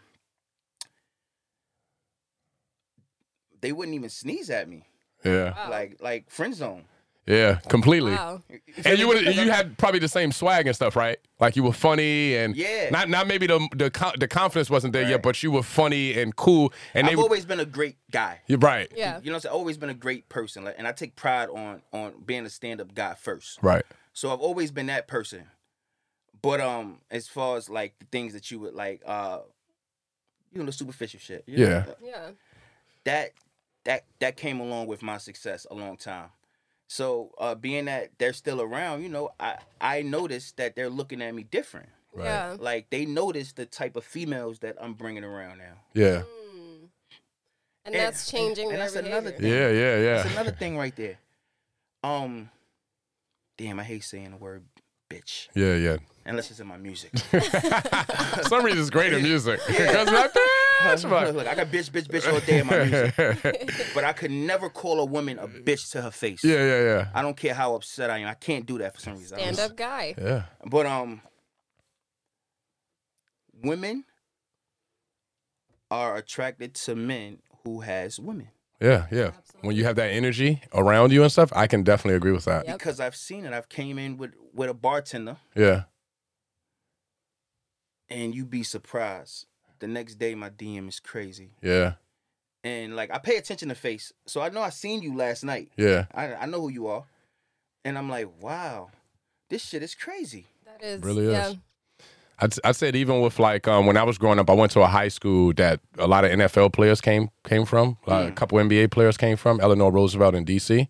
Speaker 6: they wouldn't even sneeze at me,
Speaker 1: yeah.
Speaker 2: Wow.
Speaker 6: like like friend zone.
Speaker 1: Yeah. Completely.
Speaker 2: Wow.
Speaker 1: And you would you had probably the same swag and stuff, right? Like you were funny and
Speaker 6: Yeah.
Speaker 1: not not maybe the the co- the confidence wasn't there yet,
Speaker 6: Right.
Speaker 1: but you were funny and cool. And they
Speaker 6: I've
Speaker 1: would-
Speaker 6: always been a great guy.
Speaker 1: you're right,
Speaker 2: Yeah.
Speaker 6: You know, what I'm saying? always been a great person, like, and I take pride on on being a stand up guy first.
Speaker 1: right,
Speaker 6: So I've always been that person. But um, as far as like the things that you would like, uh, you know, the superficial shit. you know,
Speaker 1: Yeah.
Speaker 2: Yeah.
Speaker 6: that that that came along with my success a long time. So uh, being that they're still around, you know, I I noticed that they're looking at me different.
Speaker 1: Right.
Speaker 2: Yeah.
Speaker 6: Like they notice the type of females that I'm bringing around now.
Speaker 1: yeah,
Speaker 2: Mm. And that's changing
Speaker 6: and
Speaker 2: their
Speaker 6: that's another
Speaker 2: behavior.
Speaker 6: thing.
Speaker 1: yeah, yeah,
Speaker 6: That's
Speaker 1: yeah.
Speaker 6: Mm, another thing right there. Um, damn, I hate saying the word bitch
Speaker 1: Yeah, yeah.
Speaker 6: unless it's in my music.
Speaker 1: For some reason, it's great in music. 'Cause like, "Bitch,"
Speaker 6: look,
Speaker 1: but-
Speaker 6: look, I got bitch, bitch, bitch all day in my music, but I could never call a woman a bitch to her face.
Speaker 1: yeah, yeah, yeah,
Speaker 6: I don't care how upset I am. I can't do that for some reason. I don't
Speaker 2: Stand up guy.
Speaker 1: yeah.
Speaker 6: But um, women are attracted to men who has women
Speaker 1: Yeah, yeah. When you have that energy around you and stuff, I can definitely agree with that.
Speaker 2: Yep.
Speaker 6: because I've seen it. I've came in with with a bartender,
Speaker 1: Yeah.
Speaker 6: and you'd be surprised. The next day, my DM is crazy,
Speaker 1: Yeah.
Speaker 6: and like I pay attention to face, so I know I seen you last night.
Speaker 1: Yeah.
Speaker 6: I I know who you are, and I'm like, wow, this shit is crazy.
Speaker 2: That is.
Speaker 1: Really
Speaker 2: yeah.
Speaker 1: is. I'd, I'd said even with like um, when I was growing up, I went to a high school that a lot of NFL players came came from. Uh,
Speaker 6: Mm.
Speaker 1: A couple NBA players came from Eleanor Roosevelt in DC,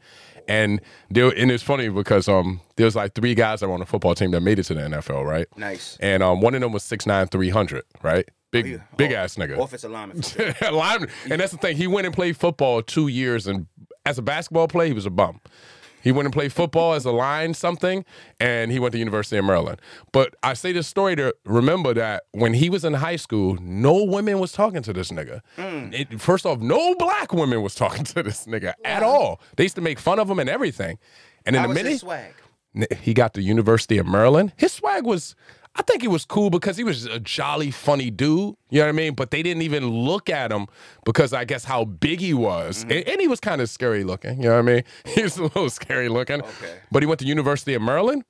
Speaker 1: and there and it's funny because um there's like three guys that were on the football team that made it to the NFL, right?
Speaker 6: Nice,
Speaker 1: And um one of them was 6'9", 300, right? Big
Speaker 6: yeah.
Speaker 1: big
Speaker 6: Oh,
Speaker 1: ass nigga.
Speaker 6: offensive lineman. for sure.
Speaker 1: Lyman. And that's the thing. He went and played football two years, and as a basketball player, he was a bum. He went and played football as a line something, and he went to University of Maryland. But I say this story to remember that when he was in high school, no women was talking to this nigga.
Speaker 6: Mm.
Speaker 1: It- first off, no black women was talking to this nigga at all. They used to make fun of him and everything. And in
Speaker 6: How
Speaker 1: a
Speaker 6: was his
Speaker 1: minute,
Speaker 6: swag?
Speaker 1: n- he got to University of Maryland. His swag was, I think it was cool because he was a jolly, funny dude. You know what I mean? But they didn't even look at him because I guess how big he was, A- and, he was kind of scary looking. You know what I mean? He was a little scary looking.
Speaker 6: Okay.
Speaker 1: But he went to University of Maryland.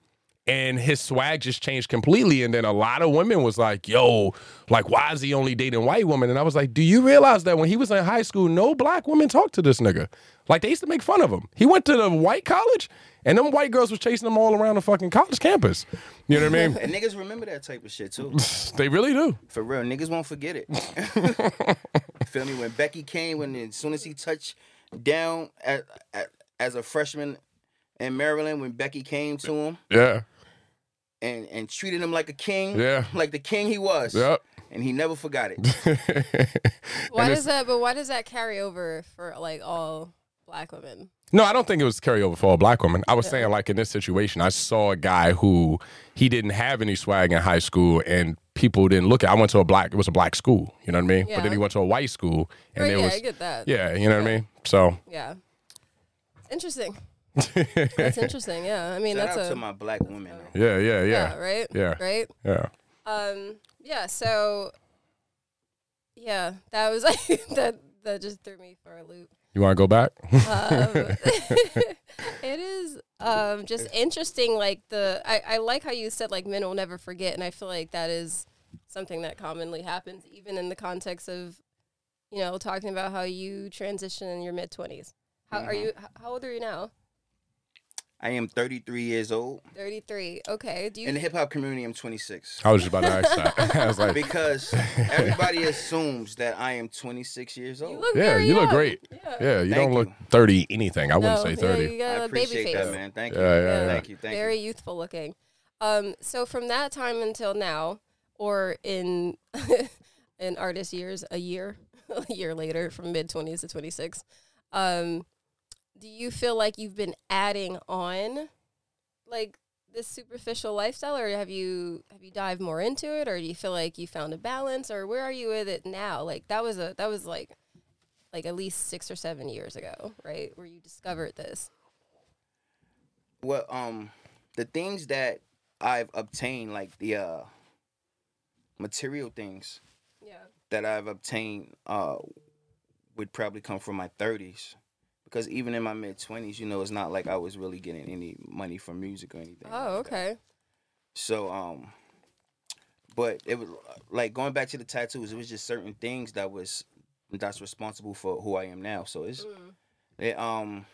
Speaker 1: And his swag just changed completely. And then a lot of women was like, yo, like, why is he only dating white women? And I was like, do you realize that when he was in high school, no black women talked to this nigga? Like, they used to make fun of him. He went to the white college, and them white girls was chasing him all around the fucking college campus. You know what I mean?
Speaker 6: And niggas remember that type of shit too.
Speaker 1: they really do.
Speaker 6: For real, niggas won't forget it. Feel me? When Becky came, when as soon as he touched down at, at, as a freshman in Maryland, when Becky came to him
Speaker 1: Yeah.
Speaker 6: and, and treated him like a king,
Speaker 1: Yeah.
Speaker 6: like the king he was,
Speaker 1: Yep.
Speaker 6: and he never forgot it.
Speaker 2: Why
Speaker 1: And
Speaker 2: does that? But why does that carry over for like all black women?
Speaker 1: No, I don't think it was carryover for a black woman. I was saying, like, in this situation, I saw a guy who he didn't have any swag in high school and people didn't look at I went to a black, it was a black school, you know what I mean? But
Speaker 2: Yeah.
Speaker 1: then he went to a white school and
Speaker 2: Right,
Speaker 1: it
Speaker 2: yeah,
Speaker 1: was,
Speaker 2: I get that.
Speaker 1: yeah, you know what I mean? So,
Speaker 2: Yeah. Interesting. that's interesting. Yeah. I mean,
Speaker 6: Shout out
Speaker 2: that's a
Speaker 6: to my black women. though.
Speaker 1: yeah, yeah, yeah.
Speaker 2: yeah, right?
Speaker 1: Yeah.
Speaker 2: Right?
Speaker 1: Yeah.
Speaker 2: Um yeah, so yeah, that was like that that just threw me for a loop.
Speaker 1: You want to go back?
Speaker 2: Um, It is um, just interesting. Like the, I, I like how you said like men will never forget, and I feel like that is something that commonly happens, even in the context of, you know, talking about how you transition in your mid twenties. How
Speaker 6: Mm-hmm.
Speaker 2: are you? h- How old are you now?
Speaker 6: I am 33 years old.
Speaker 2: Thirty three. Okay. Do you?
Speaker 6: In the hip hop community, I'm 26.
Speaker 1: I was just about to ask that. I was like,
Speaker 6: Because everybody assumes that I am 26 years old.
Speaker 2: you look
Speaker 1: yeah,
Speaker 2: very
Speaker 1: you look
Speaker 2: young.
Speaker 1: great. Yeah, you
Speaker 6: Thank
Speaker 1: don't look
Speaker 6: you.
Speaker 1: 30 anything. I wouldn't
Speaker 2: No,
Speaker 1: say
Speaker 2: yeah,
Speaker 1: 30.
Speaker 2: you got
Speaker 6: I
Speaker 2: a baby
Speaker 6: appreciate
Speaker 2: face.
Speaker 6: that, man. Thank you.
Speaker 1: Yeah, yeah, yeah.
Speaker 6: Thank you. Thank
Speaker 2: very
Speaker 6: you.
Speaker 2: youthful looking. Um, so from that time until now, or in in artist years, a year, a year later, from mid twenties to twenty six, um, do you feel like you've been adding on, like this superficial lifestyle, or have you have you dived more into it, or do you feel like you found a balance, or where are you with it now? Like that was a that was like like at least six or seven years ago, right, where you discovered this.
Speaker 6: Well, um, the things that I've obtained, like the uh, material things
Speaker 2: Yeah.
Speaker 6: that I've obtained, uh, would probably come from my 30s. Because even in my mid 20s, you know, it's not like I was really getting any money from music or anything. like
Speaker 2: Oh,
Speaker 6: that.
Speaker 2: okay.
Speaker 6: So um, but it was like going back to the tattoos. It was just certain things that was that's responsible for who I am now. So it's it, um.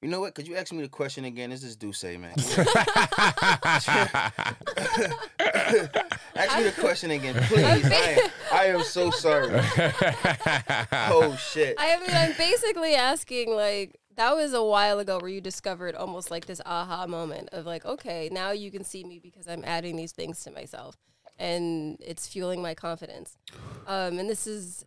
Speaker 6: You know what? Could you ask me the question again? This is Duce, man. ask me the question again, please. I am, I am so sorry. Oh shit.
Speaker 2: I mean, I'm basically asking like that was a while ago where you discovered almost like this aha moment of like, okay, now you can see me because I'm adding these things to myself, and it's fueling my confidence. Um, and this is.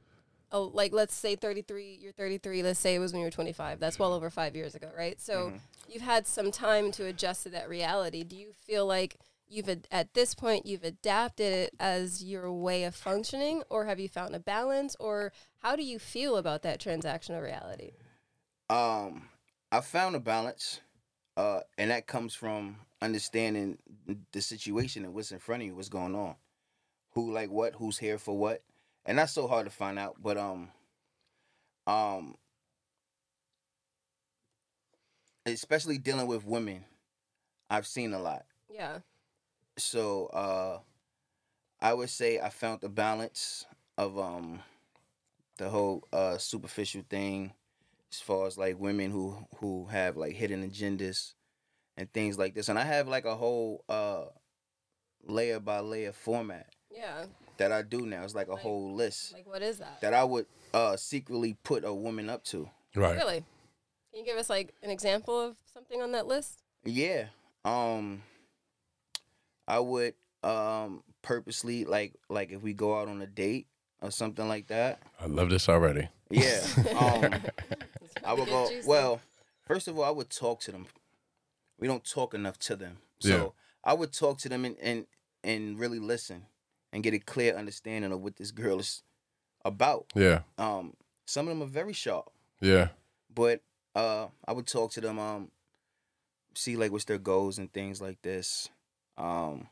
Speaker 2: Oh, like let's say 33 you're 33 let's say it was when you were 25 that's well over five years ago right so you've had some time to adjust to that reality do you feel like you've ad- at this point you've adapted it as your way of functioning or have you found a balance or how do you feel about that transactional reality
Speaker 6: Um, I found a balance, uh, and that comes from understanding the situation and what's in front of you, what's going on, who like what, who's here for what, and that's so hard to find out. But um, um, especially dealing with women, I've seen a lot.
Speaker 2: yeah
Speaker 6: So uh, I would say I found the balance of um the whole uh superficial thing as far as like women who who have like hidden agendas and things like this and i have like a whole uh layer by layer format
Speaker 2: yeah
Speaker 6: that i do now it's like a whole list
Speaker 2: like what is that
Speaker 6: that i would uh secretly put a woman up to
Speaker 1: right.
Speaker 2: really can you give us like an example of something on that list
Speaker 6: Yeah. Um I would um purposely like like if we go out on a date or something like that.
Speaker 1: I love this already.
Speaker 6: Yeah. Um
Speaker 2: It's
Speaker 6: I would
Speaker 2: really
Speaker 6: go
Speaker 2: juicy.
Speaker 6: well, first of all I would talk to them. We don't talk enough to them. So
Speaker 1: Yeah.
Speaker 6: I would talk to them and, and and really listen and get a clear understanding of what this girl is about.
Speaker 1: Yeah.
Speaker 6: Um some of them are very sharp.
Speaker 1: Yeah.
Speaker 6: but uh I would talk to them um see like what's their goals and things like this um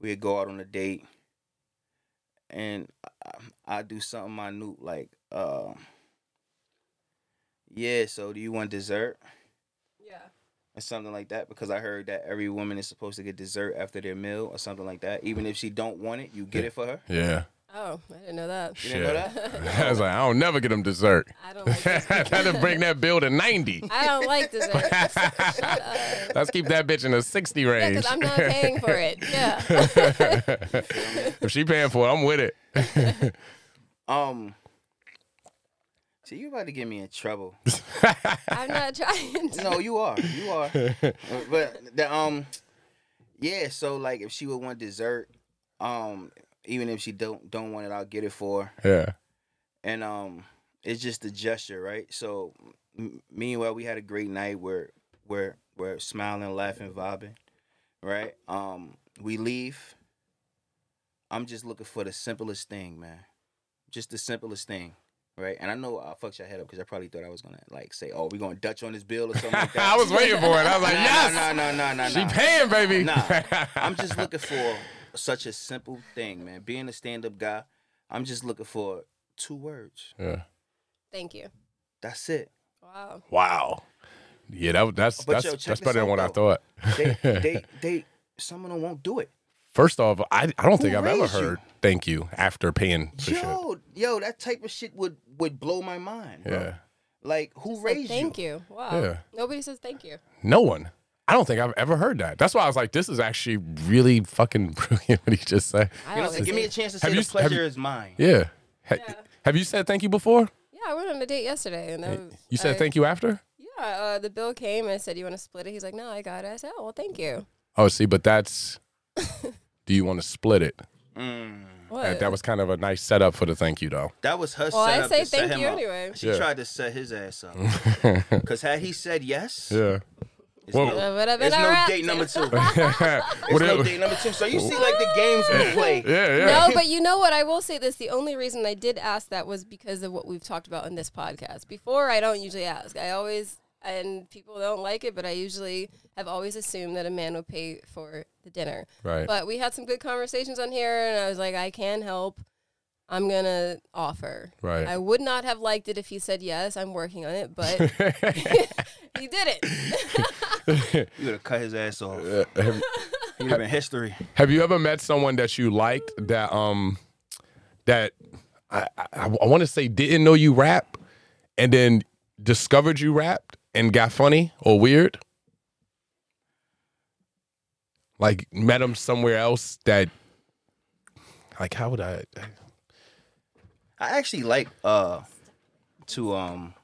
Speaker 6: we'd go out on a date and I, I do something minute like um yeah so do you want dessert
Speaker 2: yeah
Speaker 6: or something like that because I heard that every woman is supposed to get dessert after their meal or something like that even if she don't want it you get it for her
Speaker 1: Yeah.
Speaker 2: oh i didn't know that
Speaker 6: you didn't know
Speaker 1: Shit.
Speaker 6: that
Speaker 1: I was like, I don't never get them dessert.
Speaker 2: i don't like this
Speaker 1: That'll bring that bill to 90.
Speaker 2: i don't like this
Speaker 1: Let's keep that bitch in the 60 range.
Speaker 2: because i'm not paying for it yeah
Speaker 1: if she paying for it, I'm with it.
Speaker 6: um see you about to get me in trouble
Speaker 2: i'm not trying to
Speaker 6: No, you are. You are. Uh, but the um yeah, so like if she would want dessert, um even if she don't don't want it, I'll get it for her.
Speaker 1: Yeah.
Speaker 6: And um it's just a gesture, right? So m- meanwhile, we had a great night. We're we're we're smiling, laughing, vibing, right? Um we leave. I'm just looking for the simplest thing, man. Just the simplest thing. Right, and I know I fucked your head up because I probably thought I was gonna like say, "Oh, we gonna Dutch on this bill" or something like that.
Speaker 1: I was waiting for it. I was like,
Speaker 6: Nah,
Speaker 1: yes.
Speaker 6: Nah, nah, nah, nah, nah.
Speaker 1: She paying, baby.
Speaker 6: Nah. I'm just looking for such a simple thing, man. Being a stand-up guy, I'm just looking for two words.
Speaker 1: yeah.
Speaker 2: thank you
Speaker 6: That's it.
Speaker 2: wow
Speaker 1: Wow. Yeah, that, that's
Speaker 6: But
Speaker 1: that's
Speaker 6: yo, check
Speaker 1: that's
Speaker 6: this
Speaker 1: better than
Speaker 6: out,
Speaker 1: what I
Speaker 6: though.
Speaker 1: thought.
Speaker 6: They, they, they, some of them won't do it.
Speaker 1: First off, I, I don't think
Speaker 6: Who
Speaker 1: I've ever
Speaker 6: raised you?
Speaker 1: heard thank you after paying for shit.
Speaker 6: Yo, yo, that type of shit would would blow my mind. Bro.
Speaker 1: Yeah.
Speaker 6: Like who
Speaker 2: Just like,
Speaker 6: raised
Speaker 2: thank
Speaker 6: you?
Speaker 2: you. Wow.
Speaker 1: Yeah.
Speaker 2: Nobody says thank you.
Speaker 1: No one. I don't think I've ever heard that. That's why I was like, this is actually really fucking brilliant what he just said.
Speaker 2: I
Speaker 6: You know,
Speaker 2: always
Speaker 6: it's like, give me a chance to say
Speaker 1: Have you-
Speaker 6: the
Speaker 1: have
Speaker 6: pleasure
Speaker 1: you-
Speaker 6: is mine.
Speaker 1: Yeah. Ha- Have you said thank you before?
Speaker 2: yeah, I went on a date yesterday, and that was,
Speaker 1: You said
Speaker 2: I-
Speaker 1: thank you after?
Speaker 2: Yeah, uh, the bill came and I said, "You want to split it?" He's like, "No, I got it." I said, "Oh, well, thank you."
Speaker 1: Oh, see, but that's do you want to split it?
Speaker 2: What?
Speaker 1: That, that was kind of a nice setup for the thank you though.
Speaker 6: That was her
Speaker 2: Well, I
Speaker 6: setup
Speaker 2: say
Speaker 6: to set
Speaker 2: thank
Speaker 6: him
Speaker 2: you
Speaker 6: up.
Speaker 2: anyway.
Speaker 6: She
Speaker 1: Yeah.
Speaker 6: tried to set his ass up. Cause had he said yes,
Speaker 1: Yeah.
Speaker 6: it's
Speaker 1: Well-
Speaker 6: no,
Speaker 2: It would've been
Speaker 6: there's
Speaker 2: a
Speaker 6: no
Speaker 2: wrap.
Speaker 6: date number two.
Speaker 1: what
Speaker 6: There's no
Speaker 1: it-
Speaker 6: date number two. So you see like the games we play.
Speaker 1: yeah, yeah.
Speaker 2: No, but you know what? I will say this: the only reason I did ask that was because of what we've talked about in this podcast. Before, I don't usually ask. I always and people don't like it, but I usually have always assumed that a man would pay for the dinner.
Speaker 1: Right.
Speaker 2: But we had some good conversations on here, and I was like, I can help. I'm gonna offer.
Speaker 1: Right.
Speaker 2: I would not have liked it if he said yes. I'm working on it, but he did it.
Speaker 6: You would have cut his ass off. He would have been history.
Speaker 1: Have you ever met someone that you liked that um that I I, I want to say didn't know you rap and then discovered you rapped and got funny or weird? Like met him somewhere else that like how would I
Speaker 6: I actually like uh to um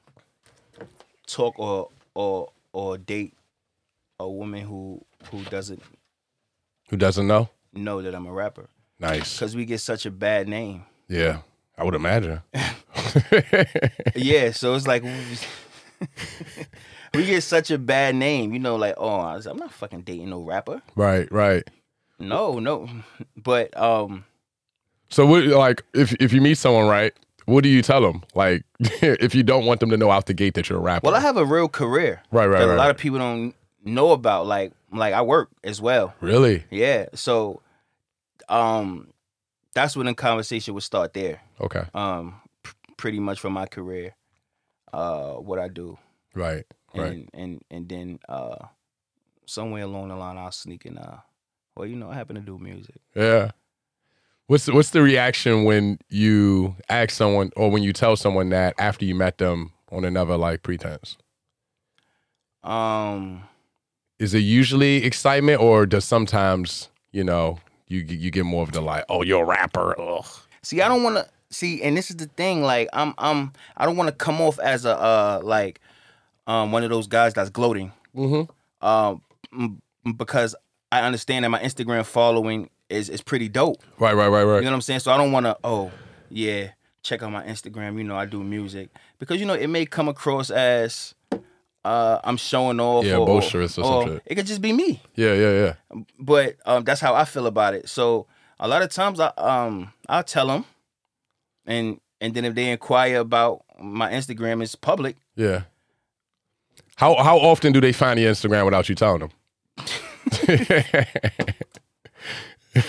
Speaker 6: talk or or or date a woman who who doesn't
Speaker 1: who doesn't know?
Speaker 6: know that I'm a rapper
Speaker 1: Nice.
Speaker 6: because we get such a bad name.
Speaker 1: Yeah. I would imagine.
Speaker 6: Yeah, so it's like we get such a bad name, you know. Like, oh, I was- I'm not fucking dating no rapper.
Speaker 1: right, right.
Speaker 6: No, no. But um,
Speaker 1: So what like if if you meet someone right, what do you tell them? Like if you don't want them to know out the gate that you're a rapper.
Speaker 6: well, I have a real career.
Speaker 1: Right, right,
Speaker 6: that
Speaker 1: right,
Speaker 6: A lot
Speaker 1: right.
Speaker 6: of people don't know about. Like, like I work as well.
Speaker 1: really?
Speaker 6: Yeah. So, um, that's when the conversation would start there.
Speaker 1: Okay.
Speaker 6: Um, pr- pretty much for my career, uh, what I do,
Speaker 1: Right.
Speaker 6: and
Speaker 1: Right.
Speaker 6: and and then uh, somewhere along the line, I'll sneak in. Uh, well, you know, I happen to do music.
Speaker 1: Yeah. What's the, what's the reaction when you ask someone or when you tell someone that after you met them on another like pretense?
Speaker 6: Um,
Speaker 1: Is it usually excitement or does sometimes, you know, you you get more of the like, oh, you're a rapper. Ugh.
Speaker 6: see, I don't want to see, and this is the thing. Like, I'm, I'm, I don't want to come off as a uh, like, um, one of those guys that's gloating.
Speaker 1: Mhm.
Speaker 6: Um, m- because I understand that my Instagram following is is pretty dope.
Speaker 1: Right, right, right, right.
Speaker 6: You know what I'm saying? So I don't want to. Oh, yeah. Check out my Instagram. You know I do music because you know it may come across as uh, I'm showing off.
Speaker 1: Yeah,
Speaker 6: or,
Speaker 1: boisterous or some shit.
Speaker 6: It could just be me.
Speaker 1: yeah, yeah, yeah.
Speaker 6: But um, that's how I feel about it. So a lot of times I um I'll tell them, and and then if they inquire about my Instagram is public,
Speaker 1: Yeah. How how often do they find your Instagram without you telling them?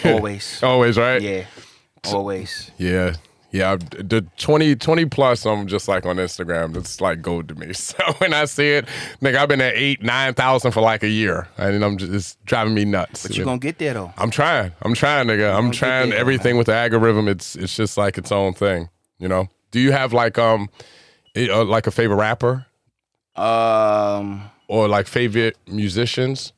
Speaker 6: always.
Speaker 1: Always, right?
Speaker 6: Yeah, always.
Speaker 1: Yeah. Yeah, I've- the 20, 20 plus, I'm just like on Instagram. That's like gold to me. So when I see it, nigga, I've been at eight, 9,000 for like a year. And I'm just it's driving me nuts.
Speaker 6: But you gonna get there though.
Speaker 1: I'm trying. I'm trying, nigga. I'm
Speaker 6: gonna get
Speaker 1: trying
Speaker 6: there,
Speaker 1: everything with the algorithm. It's it's just like its own thing, you know? Do you have like um it, uh, like a favorite rapper
Speaker 6: Um,
Speaker 1: or like favorite musicians?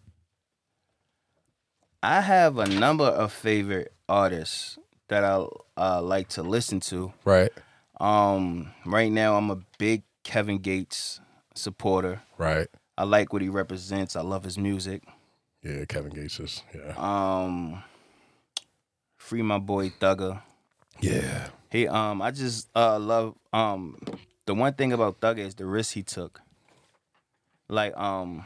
Speaker 6: I have a number of favorite artists that I uh, like to listen to.
Speaker 1: Right.
Speaker 6: Um, right now I'm a big Kevin Gates supporter.
Speaker 1: Right.
Speaker 6: I like what he represents. I love his music.
Speaker 1: Yeah, Kevin Gates is. Yeah.
Speaker 6: Um, free my boy Thugger.
Speaker 1: Yeah.
Speaker 6: He um, I just uh love um, the one thing about Thugger is the risk he took. Like um,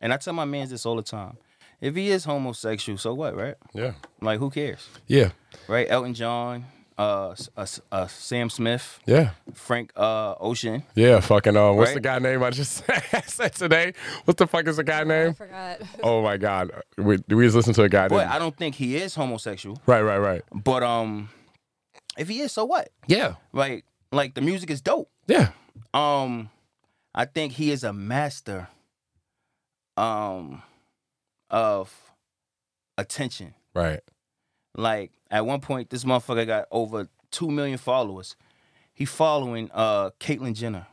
Speaker 6: and I tell my mans this all the time. If he is homosexual, so what, right?
Speaker 1: Yeah.
Speaker 6: Like who cares,
Speaker 1: Yeah.
Speaker 6: right? Elton John, uh, s- uh, s- uh Sam Smith,
Speaker 1: Yeah.
Speaker 6: Frank uh Ocean.
Speaker 1: Yeah, fucking. Um, what's the
Speaker 6: Right?
Speaker 1: guy name I just said today? What the fuck is the guy
Speaker 2: I
Speaker 1: name?
Speaker 2: forgot.
Speaker 1: Oh my god, we, we just listened to a guy.
Speaker 6: But
Speaker 1: didn't-
Speaker 6: I don't think he is homosexual.
Speaker 1: right, right, right.
Speaker 6: But um, if he is, so what?
Speaker 1: Yeah,
Speaker 6: Like, like the music is dope.
Speaker 1: yeah,
Speaker 6: Um, I think he is a master um of attention.
Speaker 1: Right.
Speaker 6: Like at one point this motherfucker got over 2 million followers. He following uh Caitlyn Jenner.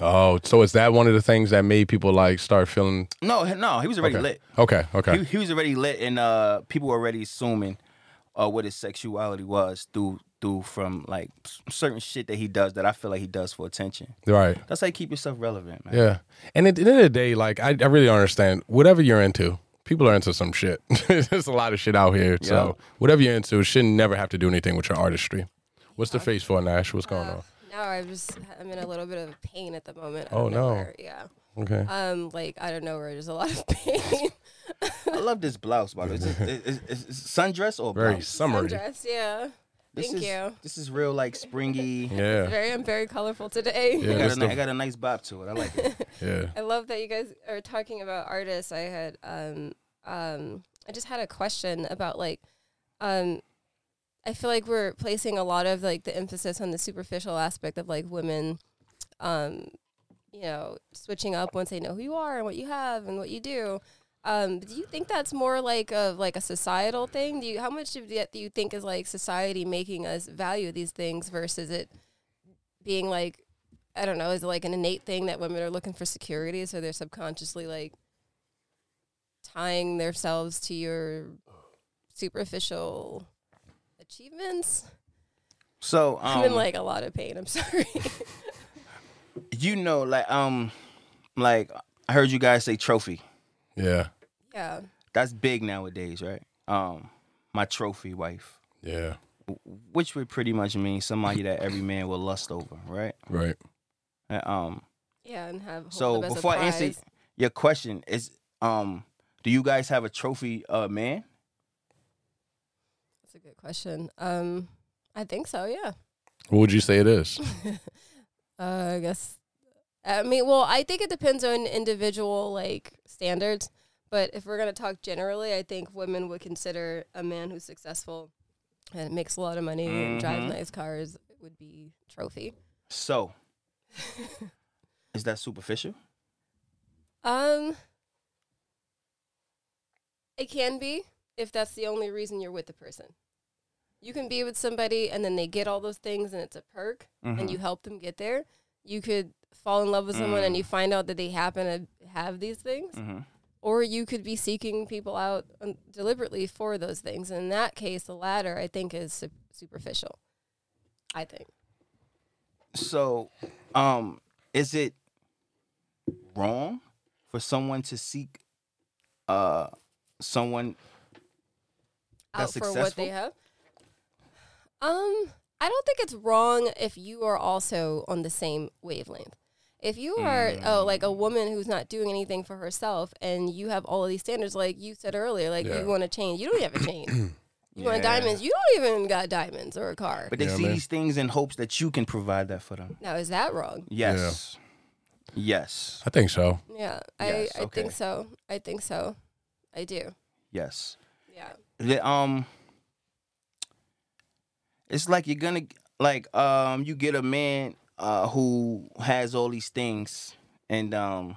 Speaker 1: Oh, so is that one of the things that made people like start feeling?
Speaker 6: No, he- no, he was already
Speaker 1: Okay.
Speaker 6: lit.
Speaker 1: Okay. Okay.
Speaker 6: He, he was already lit, and uh, people were already assuming uh, what his sexuality was through through from like s- certain shit that he does that I feel like he does for attention.
Speaker 1: right.
Speaker 6: That's how you keep yourself relevant, man.
Speaker 1: Yeah. And at the end of the day, like I, I really don't understand whatever you're into. People are into some shit. There's a lot of shit out here. So whatever you're into, shouldn't never have to do anything with your artistry. What's the face for, Nash? What's going on?
Speaker 2: Now I just I'm in a little bit of pain at the moment. I
Speaker 1: Oh,
Speaker 2: don't know
Speaker 1: no.
Speaker 2: where- Yeah.
Speaker 1: Okay.
Speaker 2: Um, like I don't know where there's a lot of pain.
Speaker 6: I love this blouse, by the way. Is it- is- is- is it sundress or
Speaker 1: Very
Speaker 6: blouse?
Speaker 1: summary.
Speaker 2: Sundress, yeah.
Speaker 6: This
Speaker 2: Thank
Speaker 6: is,
Speaker 2: you.
Speaker 6: This is real, like springy.
Speaker 1: Yeah.
Speaker 2: Very I'm very colorful today.
Speaker 1: Yeah.
Speaker 6: I, got
Speaker 1: this
Speaker 6: a, ni- I
Speaker 1: the-
Speaker 6: got a nice bob to it. I like it.
Speaker 1: Yeah.
Speaker 2: I love that you guys are talking about artists. I had um um I just had a question about like um I feel like we're placing a lot of like the emphasis on the superficial aspect of like women um you know switching up once they know who you are and what you have and what you do. Um, do you think that's more like of like a societal thing? Do you how much of that do you think is like society making us value these things versus it being like I don't know, is it like an innate thing that women are looking for security, so they're subconsciously like tying themselves to your superficial achievements?
Speaker 6: So
Speaker 2: I'm
Speaker 6: um,
Speaker 2: in like a lot of pain. I'm sorry.
Speaker 6: you know, like um, like I heard you guys say trophy.
Speaker 1: Yeah.
Speaker 2: yeah,
Speaker 6: That's big nowadays, right? Um, my trophy wife.
Speaker 1: Yeah.
Speaker 6: which would pretty much mean somebody that every man will lust over, right?
Speaker 1: Right.
Speaker 6: Uh, Um,
Speaker 2: yeah, and have hold
Speaker 6: so
Speaker 2: them as a
Speaker 6: before I answer
Speaker 2: prize.
Speaker 6: your question, is um, do you guys have a trophy uh, man?
Speaker 2: that's a good question. Um, I think so. Yeah,
Speaker 1: What would you say it is?
Speaker 2: uh, I guess. I mean, well, I think it depends on individual like standards, but if we're gonna talk generally, I think women would consider a man who's successful and makes a lot of money and drives
Speaker 6: Mhm.
Speaker 2: nice cars would be trophy.
Speaker 6: So is that superficial?
Speaker 2: Um, it can be if that's the only reason you're with the person. You can be with somebody and then they get all those things and it's a perk
Speaker 6: Mm-hmm.
Speaker 2: and you help them get there. You could fall in love with someone and you find out that they happen to have these things.
Speaker 6: Mhm.
Speaker 2: Or you could be seeking people out um, deliberately for those things. And in that case, the latter, I think, is su- superficial. I think.
Speaker 6: So, um, is it wrong for someone to seek uh someone?
Speaker 2: out
Speaker 6: That's
Speaker 2: for what
Speaker 6: successful?
Speaker 2: they have? Um, I don't think it's wrong if you are also on the same wavelength. If you are oh, like a
Speaker 6: Mm.
Speaker 2: woman who's not doing anything for herself and you have all of these standards, like you said earlier, like
Speaker 1: Yeah.
Speaker 2: you want a chain, you don't have a chain. you want
Speaker 6: Yeah.
Speaker 2: diamonds, you don't even got diamonds or a car.
Speaker 6: But they
Speaker 1: Yeah,
Speaker 6: see
Speaker 1: man.
Speaker 6: these things in hopes that you can provide that for them.
Speaker 2: now is that wrong?
Speaker 6: Yes. Yes.
Speaker 1: I think so.
Speaker 2: Yeah,
Speaker 6: Yes,
Speaker 2: I, I
Speaker 6: okay.
Speaker 2: think so. I think so. I do.
Speaker 6: Yes.
Speaker 2: Yeah.
Speaker 6: the um it's like you're gonna like um you get a man uh who has all these things and um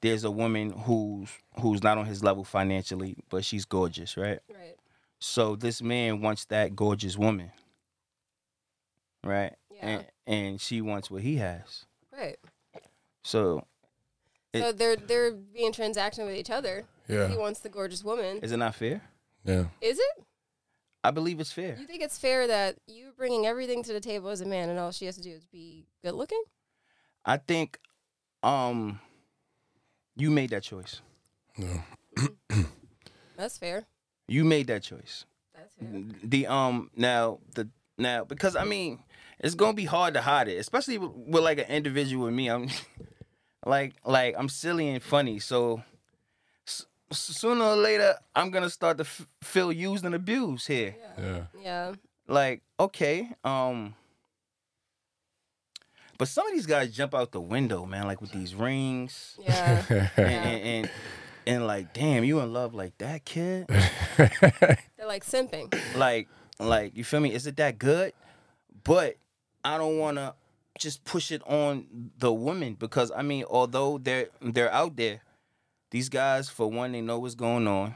Speaker 6: there's a woman who's who's not on his level financially but she's gorgeous right
Speaker 2: Right.
Speaker 6: so this man wants that gorgeous woman right
Speaker 2: Yeah.
Speaker 6: and and she wants what he has
Speaker 2: Right.
Speaker 6: so It-
Speaker 2: so they're they're being transactional with each other. He
Speaker 1: Yeah.
Speaker 2: wants the gorgeous woman.
Speaker 6: is it not fair
Speaker 1: Yeah.
Speaker 2: Is it?
Speaker 6: i believe it's fair
Speaker 2: You think it's fair that you bringing everything to the table as a man, and all she has to do is be good looking?
Speaker 6: i think um you made that choice
Speaker 2: That's fair.
Speaker 6: you made that choice
Speaker 2: That's fair.
Speaker 6: the um now the now because I mean it's gonna be hard to hide it, especially with, with like an individual with me. I'm like like I'm silly and funny, so s- s- sooner or later I'm gonna start to f- feel used and abused here.
Speaker 1: Yeah.
Speaker 2: Yeah.
Speaker 6: Like okay, um, but some of these guys jump out the window, man, like with these rings
Speaker 2: Yeah.
Speaker 6: and and. and and like, damn, you in love like that kid?
Speaker 2: They're like simping.
Speaker 6: like like you feel me is it that good but i don't want to just push it on the women because I mean, although they're they're out there, these guys for one they know what's going on,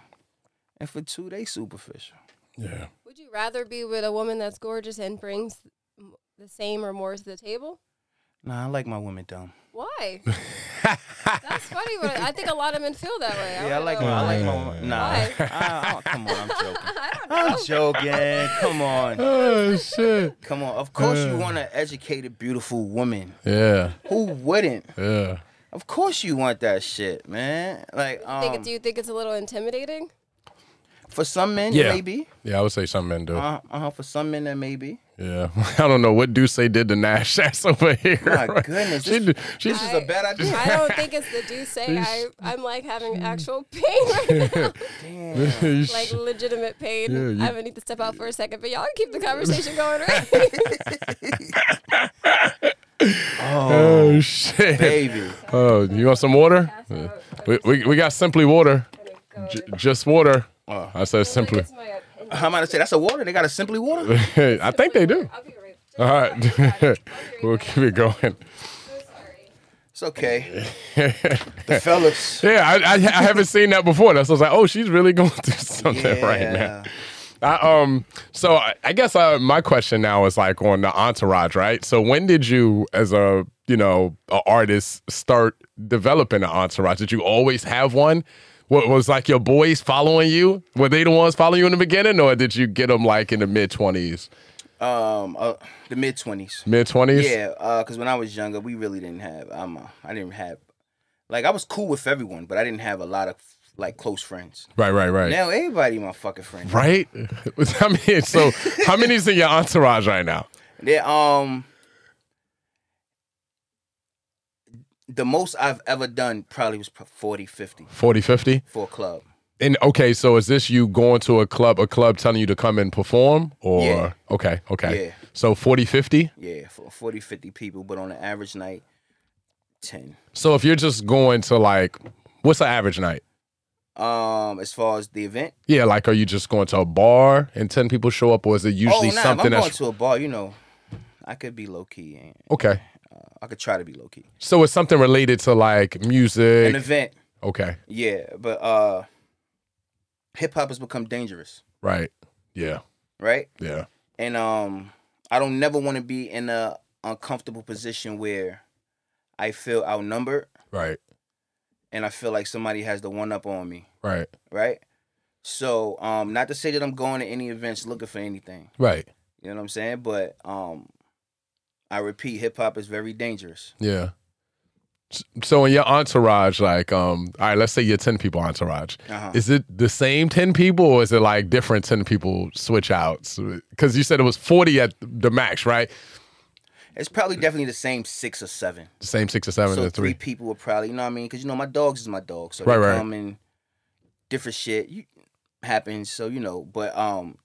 Speaker 6: and for two they superficial.
Speaker 1: Yeah.
Speaker 2: Would you rather be with a woman that's gorgeous and brings m- the same or more to the table?
Speaker 6: Nah, I like my women dumb.
Speaker 2: Why? that's funny. But I think a lot of men feel that way.
Speaker 6: Yeah, I
Speaker 2: wanna
Speaker 6: like
Speaker 2: know
Speaker 6: my, I
Speaker 2: why.
Speaker 6: like my women. Nah,
Speaker 2: Why?
Speaker 6: I- I- come on, I'm joking.
Speaker 2: I don't know.
Speaker 6: I'm joking. Come on,
Speaker 1: Oh shit.
Speaker 6: come on. Of course you want an educated, beautiful woman.
Speaker 1: Yeah.
Speaker 6: Who wouldn't?
Speaker 1: Yeah.
Speaker 6: Of course you want that shit, man. Like,
Speaker 2: Do you think-
Speaker 6: um,
Speaker 2: do you think it's a little intimidating?
Speaker 6: for some men,
Speaker 1: Yeah.
Speaker 6: maybe.
Speaker 1: Yeah, I would say some men do.
Speaker 6: Uh huh. For some men, that maybe.
Speaker 1: yeah. I don't know what Duce did to Nash that's over here.
Speaker 6: My goodness,
Speaker 1: She,
Speaker 6: this-
Speaker 1: did- she,
Speaker 6: This is a bad idea.
Speaker 2: I don't think it's the do say. I, I'm like having actual pain right now, like legitimate pain.
Speaker 1: Yeah, you-
Speaker 2: I would need to step out for a second, but y'all can keep the conversation going, right?
Speaker 1: oh shit.
Speaker 6: Baby.
Speaker 1: Oh, you want some water? We, we, we got simply water. J- just water.
Speaker 6: Oh.
Speaker 1: I said simply.
Speaker 6: I'm about to say that's a water. They got a simply water.
Speaker 1: I think they do.
Speaker 2: I'll be right.
Speaker 1: All right. we'll keep it going.
Speaker 6: It's okay. the fellas.
Speaker 1: Yeah, I, I, I haven't seen that before. That's I was like, oh, she's really going through something right now.
Speaker 6: Yeah.
Speaker 1: I, um, so I, I guess uh, my question now is like on the entourage, right? So when did you, as a you know, a artist, start developing an entourage? Did you always have one? What was like your boys following you? Were they the ones following you in the beginning, or did you get them like in the mid twenties,
Speaker 6: Um, uh, the mid twenties.
Speaker 1: mid twenties?
Speaker 6: Yeah, uh, cause when I was younger, we really didn't have. I'm. Uh, I didn't have. Like I was cool with everyone, but I didn't have a lot of like close friends.
Speaker 1: Right, right, right.
Speaker 6: Now everybody my fucking friend.
Speaker 1: Right? I mean, so how many's in your entourage right now?
Speaker 6: Yeah, um the most I've ever done probably was pro- 40, 50
Speaker 1: 40, 50?
Speaker 6: for a club.
Speaker 1: And okay, so is this you going to a club, a club telling you to come and perform? Or
Speaker 6: Yeah.
Speaker 1: okay, okay.
Speaker 6: Yeah.
Speaker 1: So 40, 50?
Speaker 6: Yeah, for 40, 50 people, but on an average night, 10.
Speaker 1: So if you're just going to like what's the average night?
Speaker 6: Um, as far as the event,
Speaker 1: Yeah, like are you just going to a bar and 10 people show up or is it usually
Speaker 6: oh, nah, if
Speaker 1: something
Speaker 6: I'm going
Speaker 1: that's
Speaker 6: to a bar, you know, I could be low key. And uh,
Speaker 1: Okay.
Speaker 6: I could try to be low key.
Speaker 1: So it's something related to like music.
Speaker 6: An event,
Speaker 1: okay.
Speaker 6: yeah, but uh, hip hop has become dangerous,
Speaker 1: Right. Yeah.
Speaker 6: right?
Speaker 1: Yeah.
Speaker 6: and um I don't never want to be in a uncomfortable position where I feel outnumbered
Speaker 1: Right.
Speaker 6: and I feel like somebody has the one up on me,
Speaker 1: Right.
Speaker 6: right? So, um not to say that I'm going to any events looking for anything,
Speaker 1: Right.
Speaker 6: you know what I'm saying? But um I repeat, hip hop is very dangerous.
Speaker 1: Yeah. S- So in your entourage, like, um, all right, let's say your ten people entourage.
Speaker 6: Uh-huh.
Speaker 1: Is it the same ten people, or is it like different ten people switch outs? Because you said it was forty at the max, right?
Speaker 6: It's probably definitely the same six or seven.
Speaker 1: The same six or Mm. seven
Speaker 6: so
Speaker 1: or
Speaker 6: three
Speaker 1: three.
Speaker 6: people would probably, you know what I mean? Because you know my dogs is my dogs, so
Speaker 1: Right,
Speaker 6: they
Speaker 1: right.
Speaker 6: come and different shit you, happens. So you know, but um,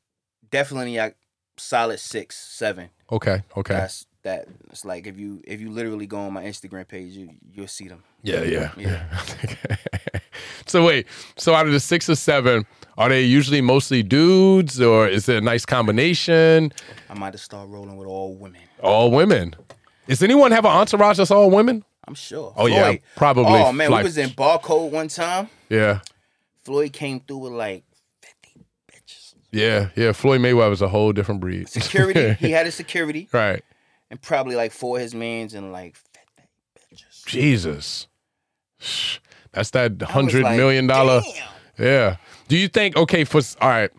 Speaker 6: definitely I solid six, seven.
Speaker 1: Okay, okay,
Speaker 6: That's that. It's like if you if you literally go on my Instagram page, you you'll see them.
Speaker 1: yeah, yeah,
Speaker 6: Yeah.
Speaker 1: yeah. so wait, so out of the six or seven, are they usually mostly dudes, or is it a nice combination?
Speaker 6: I might have start rolling with all women.
Speaker 1: All women. Does anyone have an entourage that's all women?
Speaker 6: I'm sure.
Speaker 1: Oh, yeah,
Speaker 6: Floyd.
Speaker 1: probably
Speaker 6: Oh man,
Speaker 1: like-
Speaker 6: we was in barcode one time.
Speaker 1: Yeah,
Speaker 6: Floyd came through with like fifty bitches.
Speaker 1: yeah, yeah. Floyd Mayweather's a whole different breed.
Speaker 6: Security. he had his security
Speaker 1: right.
Speaker 6: and probably like four of his mans and like fifty bitches.
Speaker 1: Jesus. Shh. That's that hundred
Speaker 6: like,
Speaker 1: million dollar.
Speaker 6: Damn.
Speaker 1: Yeah. Do you think okay for s- all right?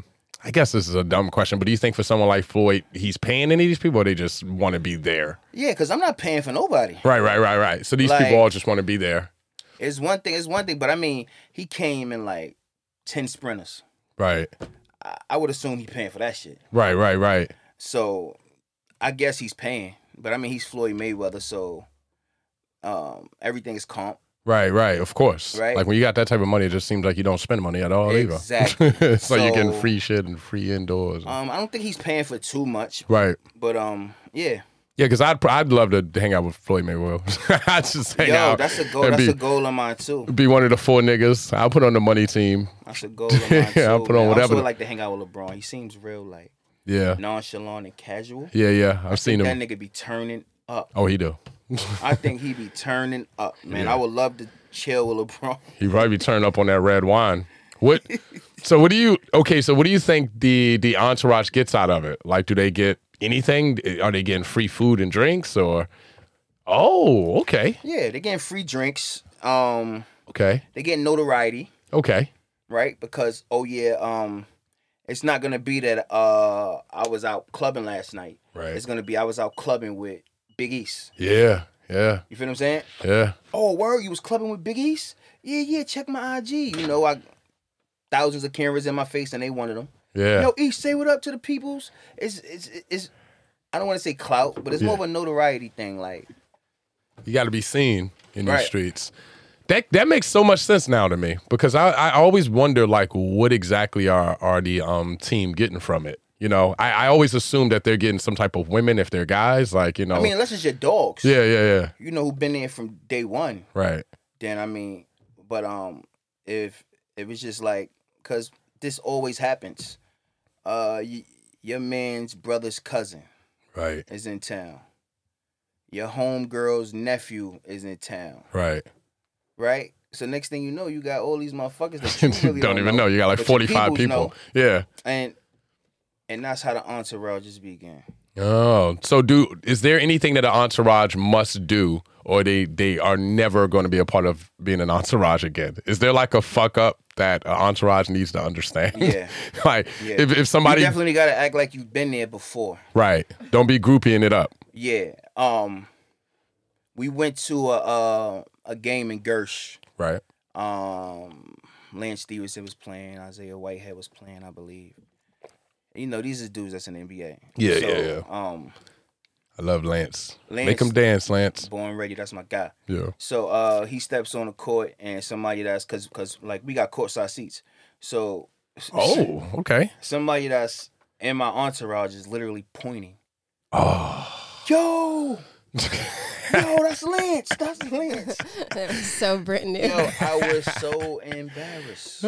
Speaker 1: I guess this is a dumb question, but do you think for someone like Floyd, he's paying any of these people, or they just want to be there?
Speaker 6: Yeah, because I'm not paying for nobody.
Speaker 1: Right, right, right, right. So these
Speaker 6: Like-
Speaker 1: people all just want to be there.
Speaker 6: It's one thing, it's one thing, but I mean, he came in like 10 sprinters.
Speaker 1: Right,
Speaker 6: I, I would assume he paying for that shit.
Speaker 1: right, right, right.
Speaker 6: So I guess he's paying. But I mean, he's Floyd Mayweather, so um, everything is comp.
Speaker 1: Right, right, of course.
Speaker 6: Right.
Speaker 1: Like when you got that type of money, it just seems like you don't spend money at all
Speaker 6: Exactly.
Speaker 1: either. so, you're getting
Speaker 6: So-
Speaker 1: free shit and free indoors.
Speaker 6: Um, I don't think he's paying for too much,
Speaker 1: right.
Speaker 6: but um, yeah.
Speaker 1: Yeah, because I'd, pr- I'd love to hang out with Floyd Mayweather. I'd just hang
Speaker 6: Yo,
Speaker 1: out.
Speaker 6: that's a goal.
Speaker 1: and
Speaker 6: That's
Speaker 1: be-
Speaker 6: a goal of mine too.
Speaker 1: be one of the four niggas. I'll put on the money team.
Speaker 6: That's a goal of mine too.
Speaker 1: Yeah, I'll put on
Speaker 6: man. I
Speaker 1: whatever
Speaker 6: also
Speaker 1: the-
Speaker 6: like to hang out with LeBron. He seems real like
Speaker 1: Yeah.
Speaker 6: nonchalant and casual.
Speaker 1: Yeah, yeah. I've seen
Speaker 6: That
Speaker 1: him.
Speaker 6: nigga be turning up.
Speaker 1: Oh, he do.
Speaker 6: I think he be turning up, man. I would love to chill with LeBron.
Speaker 1: He probably be turned up on that red wine. What? So what do you? Okay, so what do you think the the entourage gets out of it? Like, do they get anything? Are they getting free food and drinks or? Oh, okay,
Speaker 6: Yeah, they're getting free drinks. Um,
Speaker 1: okay,
Speaker 6: they getting notoriety,
Speaker 1: okay.
Speaker 6: right? Because oh yeah, um, it's not gonna be that uh I was out clubbing last night.
Speaker 1: Right.
Speaker 6: It's gonna be I was out clubbing with Big East.
Speaker 1: Yeah, yeah,
Speaker 6: You feel what I'm saying?
Speaker 1: yeah.
Speaker 6: Oh, word, you was clubbing with Big East? Yeah, yeah. Check my IG. You know, I thousands of cameras in my face, and they wanted them.
Speaker 1: Yeah.
Speaker 6: Yo, East, say what up to the peoples. It's it's it's. I don't want to say clout, but it's more of a notoriety thing. Like,
Speaker 1: You got to be seen in
Speaker 6: Right.
Speaker 1: these streets. That that makes so much sense now to me because I, I always wonder like what exactly are are the um team getting from it. You know, I, I always assume that they're getting some type of women if they're guys. Like you know,
Speaker 6: I mean, unless it's your dogs.
Speaker 1: Oh. yeah, yeah, yeah,
Speaker 6: You know who've been there from day one.
Speaker 1: right,
Speaker 6: Then I mean, but um, if if it's just like, cause this always happens. Uh, y- your man's brother's cousin.
Speaker 1: right,
Speaker 6: is in town. Your homegirl's nephew is in town,
Speaker 1: right.
Speaker 6: right? So next thing you know, you got all these motherfuckers that you really
Speaker 1: don't, even know. You got like
Speaker 6: but your
Speaker 1: forty five
Speaker 6: peoples
Speaker 1: people. Yeah.
Speaker 6: know. and and that's how the entourage just began.
Speaker 1: Oh, so do is there anything that an entourage must do, or they they are never going to be a part of being an entourage again? Is there like a fuck up that an entourage needs to understand?
Speaker 6: Yeah.
Speaker 1: like
Speaker 6: Yeah.
Speaker 1: if if
Speaker 6: You
Speaker 1: somebody
Speaker 6: definitely got to act like you've been there before.
Speaker 1: right, don't be groupieing it up.
Speaker 6: Yeah. Um, we went to a a, a game in Gersh.
Speaker 1: Right.
Speaker 6: Um, Lance Stevenson was playing. Isaiah Whitehead was playing, I believe. You know, these are dudes that's in the NBA.
Speaker 1: Yeah,
Speaker 6: so,
Speaker 1: yeah,
Speaker 6: Um,
Speaker 1: I love Lance.
Speaker 6: Lance-
Speaker 1: Make him dance, Lance.
Speaker 6: born ready. That's my guy.
Speaker 1: Yeah.
Speaker 6: So uh, he steps on the court, and somebody that's because because like we got courtside seats. So
Speaker 1: Oh, okay.
Speaker 6: somebody that's in my entourage is literally pointing.
Speaker 1: Oh,
Speaker 6: Yo, yo, that's Lance. That's Lance.
Speaker 2: That was so Brit new.
Speaker 6: Yo, I was so embarrassed.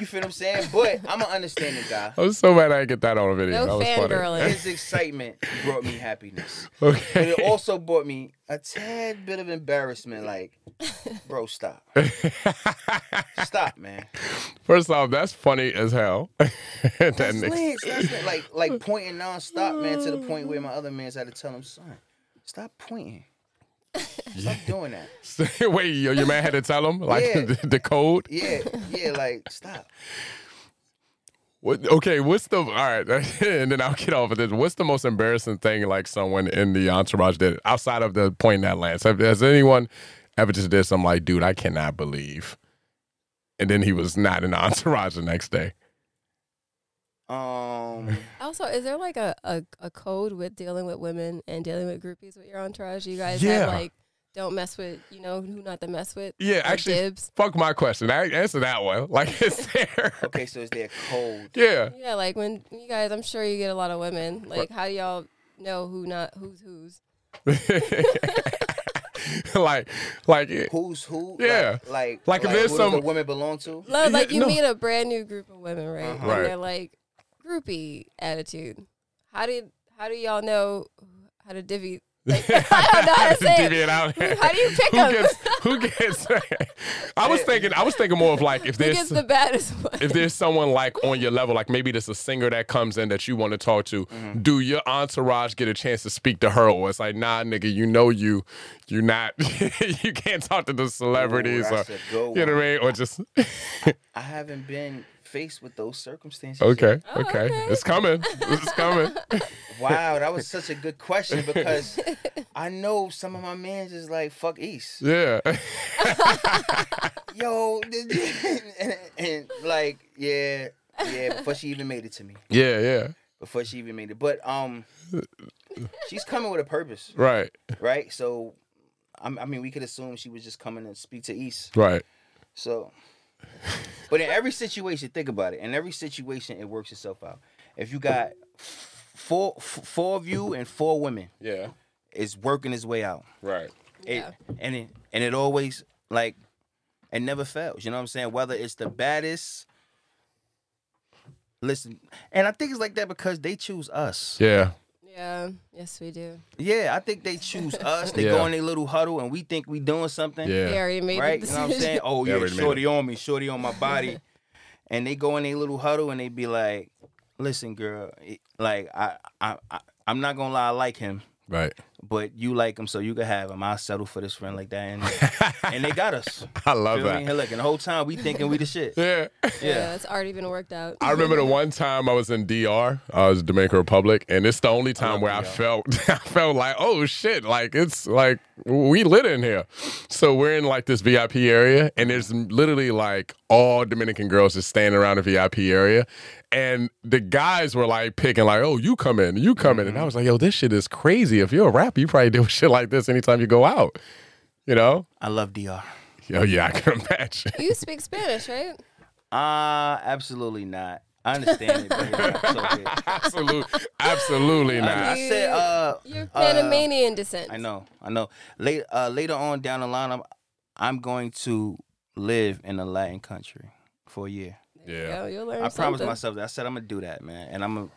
Speaker 6: you feel what I'm saying? But I'm an understanding guy.
Speaker 1: I was so mad I didn't get that on a video.
Speaker 2: No
Speaker 1: that was funny.
Speaker 2: fangirling.
Speaker 6: His excitement brought me happiness, but
Speaker 1: Okay.
Speaker 6: it also brought me a tad bit of embarrassment. Like, bro, stop, stop, man.
Speaker 1: First off, that's funny as hell. That
Speaker 6: That's
Speaker 1: nigga-
Speaker 6: lit. That's lit. Like like pointing nonstop, man, to the point where my
Speaker 1: Oh.
Speaker 6: other man's had to tell him, son, stop pointing. Stop doing that.
Speaker 1: Wait, yo, your man had to tell him like
Speaker 6: Yeah.
Speaker 1: the, the code.
Speaker 6: Yeah, yeah, like stop.
Speaker 1: What, okay, what's the all right? And then I'll get off of this. What's the most embarrassing thing like someone in the entourage did outside of the pointing at Lance? Have- Has anyone ever just did something like, dude, I cannot believe? And then he was not in the entourage the next day.
Speaker 6: Um
Speaker 2: Also, is there like a, a, a code with dealing with women and dealing with groupies with your entourage? You guys
Speaker 1: Yeah.
Speaker 2: have like don't mess with you know who not to mess with.
Speaker 1: Yeah,
Speaker 2: Like
Speaker 1: actually,
Speaker 2: dibs.
Speaker 1: fuck my question. I answer that one. Like it's there.
Speaker 6: okay, so is there a cold?
Speaker 1: Yeah.
Speaker 2: Yeah, like when you guys, I'm sure you get a lot of women. Like, how do y'all know who not who's who's?
Speaker 1: like, like it-
Speaker 6: Who's who?
Speaker 1: Yeah.
Speaker 6: Like like,
Speaker 1: Like, if there's
Speaker 6: who does
Speaker 1: some-
Speaker 6: a woman belong to?
Speaker 2: Love,
Speaker 1: Yeah,
Speaker 2: like you
Speaker 1: no. Uh-huh.
Speaker 2: meet a brand new group of women, right? And
Speaker 1: Right.
Speaker 2: they're like groupie attitude. How do how do y'all know how to divvy? Like, I don't know how to say
Speaker 1: Divvy
Speaker 2: it.
Speaker 1: it out.
Speaker 2: How do you pick
Speaker 1: who
Speaker 2: them?
Speaker 1: gets? Who gets? I was thinking. I was thinking more of like if
Speaker 2: Who
Speaker 1: there's
Speaker 2: gets the baddest one?
Speaker 1: if there's someone like on your level, like maybe there's a singer that comes in that you want to talk to,
Speaker 6: Mm-hmm.
Speaker 1: do your entourage get a chance to speak to her? Or it's like, nah, nigga, you know you, you not, you can't talk to the celebrities,
Speaker 6: that's
Speaker 1: or
Speaker 6: a good
Speaker 1: you know what
Speaker 6: one.
Speaker 1: I mean, or just
Speaker 6: I haven't been faced with those circumstances. yet.
Speaker 1: okay, okay,
Speaker 2: okay.
Speaker 1: it's coming, it's coming.
Speaker 6: Wow, that was such a good question because I know some of my mans is like, fuck East.
Speaker 1: yeah,
Speaker 6: yo, and, like, yeah, yeah, before she even made it to me.
Speaker 1: yeah, yeah,
Speaker 6: Before she even made it. But um she's coming with a purpose,
Speaker 1: right,
Speaker 6: right? So I'm, I mean, we could assume she was just coming to speak to East.
Speaker 1: right,
Speaker 6: So But in every situation, think about it. In every situation, it works itself out. If you got f- four f- four of you and four women,
Speaker 1: yeah,
Speaker 6: it's working its way out.
Speaker 1: right,
Speaker 6: It, And it and it always like it never fails. You know what I'm saying? Whether it's the baddest. Listen, and I think it's like that because they choose us.
Speaker 1: yeah,
Speaker 2: Yeah. Yes, we do.
Speaker 6: Yeah, I think they choose us. They
Speaker 1: Yeah.
Speaker 6: go in their little huddle, and we think we doing something.
Speaker 2: They already made
Speaker 6: right?
Speaker 2: the
Speaker 6: You know what I'm
Speaker 2: decision.
Speaker 6: saying? Oh
Speaker 1: They
Speaker 6: yeah,
Speaker 1: already made
Speaker 6: shorty on me, shorty on my body. and they go in their little huddle and they be like, "Listen, girl, it- like I, I, I I'm not gonna lie, I like him."
Speaker 1: Right.
Speaker 6: But you like him, so you can have him. I'll settle for this friend like that, and, and they got us.
Speaker 1: I love
Speaker 6: Feel me?
Speaker 1: that.
Speaker 6: And look, and the whole time we thinking we the shit.
Speaker 1: Yeah.
Speaker 2: yeah.
Speaker 6: Yeah.
Speaker 2: it's already been worked out.
Speaker 1: I remember the one time I was in DR, I was Dominican Republic, and it's the only time where I felt I felt like, oh shit, like it's like we lit in here. So we're in like this VIP area, and there's literally like all Dominican girls just standing around the VIP area. And the guys were like picking, like, oh, you come in, you come in. And I was like, yo, this shit is crazy. If you're a rapper, you probably do shit like this anytime you go out. You know?
Speaker 6: I love Dr.
Speaker 1: Yo, yeah, I can imagine.
Speaker 2: You speak Spanish, right?
Speaker 6: Uh, absolutely not. I understand it, but it's not so good.
Speaker 1: Absolutely, absolutely
Speaker 6: I
Speaker 1: not.
Speaker 6: said, uh,
Speaker 2: You're Panamanian descent.
Speaker 6: I know, I know. Later, uh, later on down the line, I'm, I'm going to live in a Latin country for a year.
Speaker 1: Yeah.
Speaker 2: Yo, you'll learn
Speaker 6: I promised
Speaker 2: something.
Speaker 6: myself that. I said I'm gonna do that, man, and I'm gonna,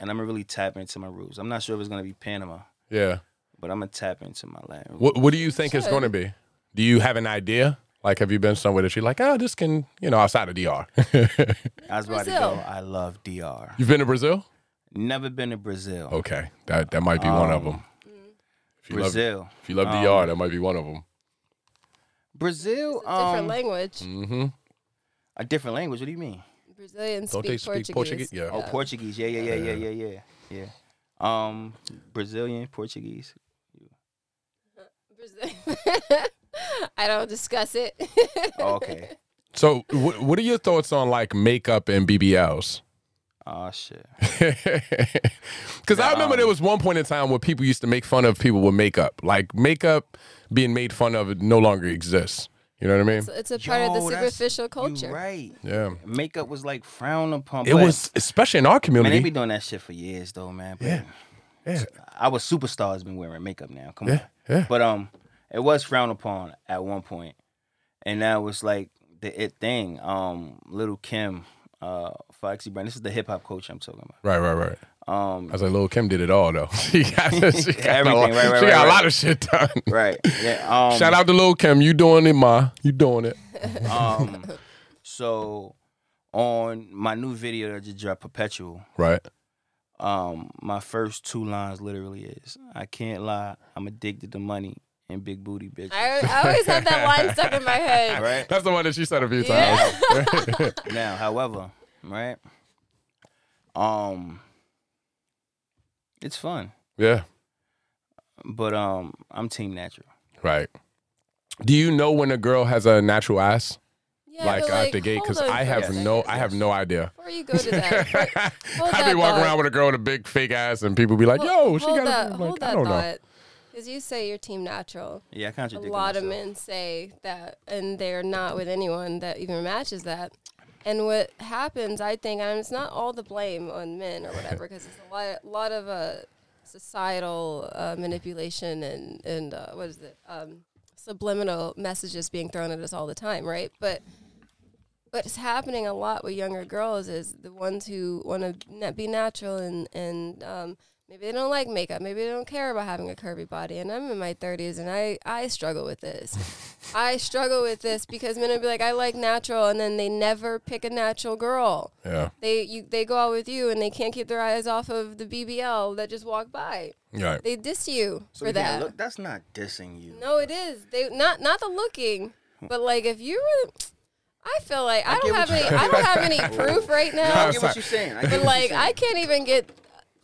Speaker 6: and I'm gonna really tap into my roots. I'm not sure if it's gonna be Panama,
Speaker 1: Yeah.
Speaker 6: but I'm gonna tap into my Latin.
Speaker 1: What What do you think it's going to be? Do you have an idea? Like, have you been somewhere that you're like, oh, this can, you know, outside of DR?
Speaker 6: I was about to
Speaker 2: Brazil.
Speaker 6: go. I love DR.
Speaker 1: You've been to Brazil?
Speaker 6: Never been to Brazil.
Speaker 1: Okay, that that might be one of them. If you love,
Speaker 6: Um, Brazil.
Speaker 1: if you love
Speaker 6: Um,
Speaker 1: DR, that might be one of them.
Speaker 6: Brazil.
Speaker 2: It's a different
Speaker 6: Um,
Speaker 2: language.
Speaker 1: Mm-hmm.
Speaker 6: a different language. What do you mean?
Speaker 2: Brazilians
Speaker 1: Don't
Speaker 2: speak,
Speaker 1: they speak Portuguese? Yeah.
Speaker 6: Oh, Portuguese. Yeah, yeah, yeah, yeah, yeah, yeah, yeah. Um, Brazilian Portuguese.
Speaker 2: Brazil- I don't discuss it.
Speaker 6: Oh, okay.
Speaker 1: So, what What are your thoughts on like makeup and BBLs?
Speaker 6: Oh shit.
Speaker 1: Because I remember
Speaker 6: um
Speaker 1: there was one point in time where people used to make fun of people with makeup. Like makeup being made fun of no longer exists. You know what I mean?
Speaker 2: It's, it's a part of
Speaker 6: Yo,
Speaker 2: the
Speaker 6: that's-
Speaker 2: superficial
Speaker 6: you
Speaker 2: culture.
Speaker 6: right.
Speaker 1: Yeah.
Speaker 6: Makeup was like frowned upon.
Speaker 1: It
Speaker 6: but-
Speaker 1: was especially in our
Speaker 6: Man,
Speaker 1: community.
Speaker 6: they be doing that shit for years though, man. But
Speaker 1: Yeah. Yeah.
Speaker 6: Our superstars been wearing makeup now. Come
Speaker 1: Yeah,
Speaker 6: on.
Speaker 1: yeah.
Speaker 6: But um, it was frowned upon at one point, and now it's like the it thing. Um, Little Kim, uh, Foxy Brown. This is the hip hop coach I'm talking
Speaker 1: Right, right, right.
Speaker 6: about. Um,
Speaker 1: I was like, Lil Kim did it all though. She got, she got
Speaker 6: Everything,
Speaker 1: a lot,
Speaker 6: right, right,
Speaker 1: she got
Speaker 6: right,
Speaker 1: a lot
Speaker 6: right.
Speaker 1: of shit done.
Speaker 6: right. Yeah. Um,
Speaker 1: Shout out to Lil Kim, you doing it, ma? You doing it?
Speaker 6: Um, so on my new video that I just dropped, Perpetual.
Speaker 1: Right.
Speaker 6: um my first two lines literally is I can't lie, I'm addicted to money and big booty bitches.
Speaker 2: I, I always have that line stuck in my head.
Speaker 6: right?
Speaker 1: That's the one that she said a few
Speaker 2: Yeah.
Speaker 1: times.
Speaker 6: now, however, right? Um it's fun.
Speaker 1: yeah.
Speaker 6: But um I'm team natural.
Speaker 1: Right. Do you know when a girl has a natural ass,
Speaker 2: Yeah,
Speaker 1: like,
Speaker 2: but,
Speaker 1: out the gate?
Speaker 2: hold
Speaker 1: Because
Speaker 2: on
Speaker 1: I
Speaker 2: for a
Speaker 1: have
Speaker 2: second.
Speaker 1: no, I have no idea.
Speaker 2: Before you go to that,
Speaker 1: I'd
Speaker 2: right, hold
Speaker 1: be
Speaker 2: that
Speaker 1: walking
Speaker 2: thought.
Speaker 1: around with a girl with a big fake ass, and people be like, "Yo,
Speaker 2: hold,
Speaker 1: she
Speaker 2: hold
Speaker 1: got
Speaker 2: that,
Speaker 1: a big-"
Speaker 2: hold
Speaker 1: like,
Speaker 2: that
Speaker 1: I don't know."
Speaker 2: thought. Because you say you're team natural.
Speaker 6: Yeah, I
Speaker 2: A
Speaker 6: contradict.
Speaker 2: lot of
Speaker 6: myself.
Speaker 2: men say that, and they're not with anyone that even matches that. And what happens, I think, and it's not all the blame on men or whatever, because it's a lot, lot of uh, societal uh, manipulation and and uh, what is it, um, subliminal messages being thrown at us all the time, right? But what's happening a lot with younger girls is the ones who want to na- be natural and and um, maybe they don't like makeup, maybe they don't care about having a curvy body. And I'm in my 30s, and I I struggle with this. I struggle with this because men will be like, I like natural, and then they never pick a natural girl.
Speaker 1: Yeah.
Speaker 2: They you they go out with you, and they can't keep their eyes off of the BBL that just walked by.
Speaker 1: Right.
Speaker 2: They diss you
Speaker 6: So
Speaker 2: for
Speaker 6: you can't
Speaker 2: that.
Speaker 6: look- that's not dissing you.
Speaker 2: No, it is. They not not the looking, but like if you were, I feel like I, don't
Speaker 6: get
Speaker 2: have
Speaker 6: what
Speaker 2: any.
Speaker 6: you-
Speaker 2: I don't have any proof right
Speaker 6: I
Speaker 2: now.
Speaker 6: get what you're saying. I get
Speaker 2: But
Speaker 6: what
Speaker 2: like
Speaker 6: you're
Speaker 2: I
Speaker 6: saying.
Speaker 2: can't even get.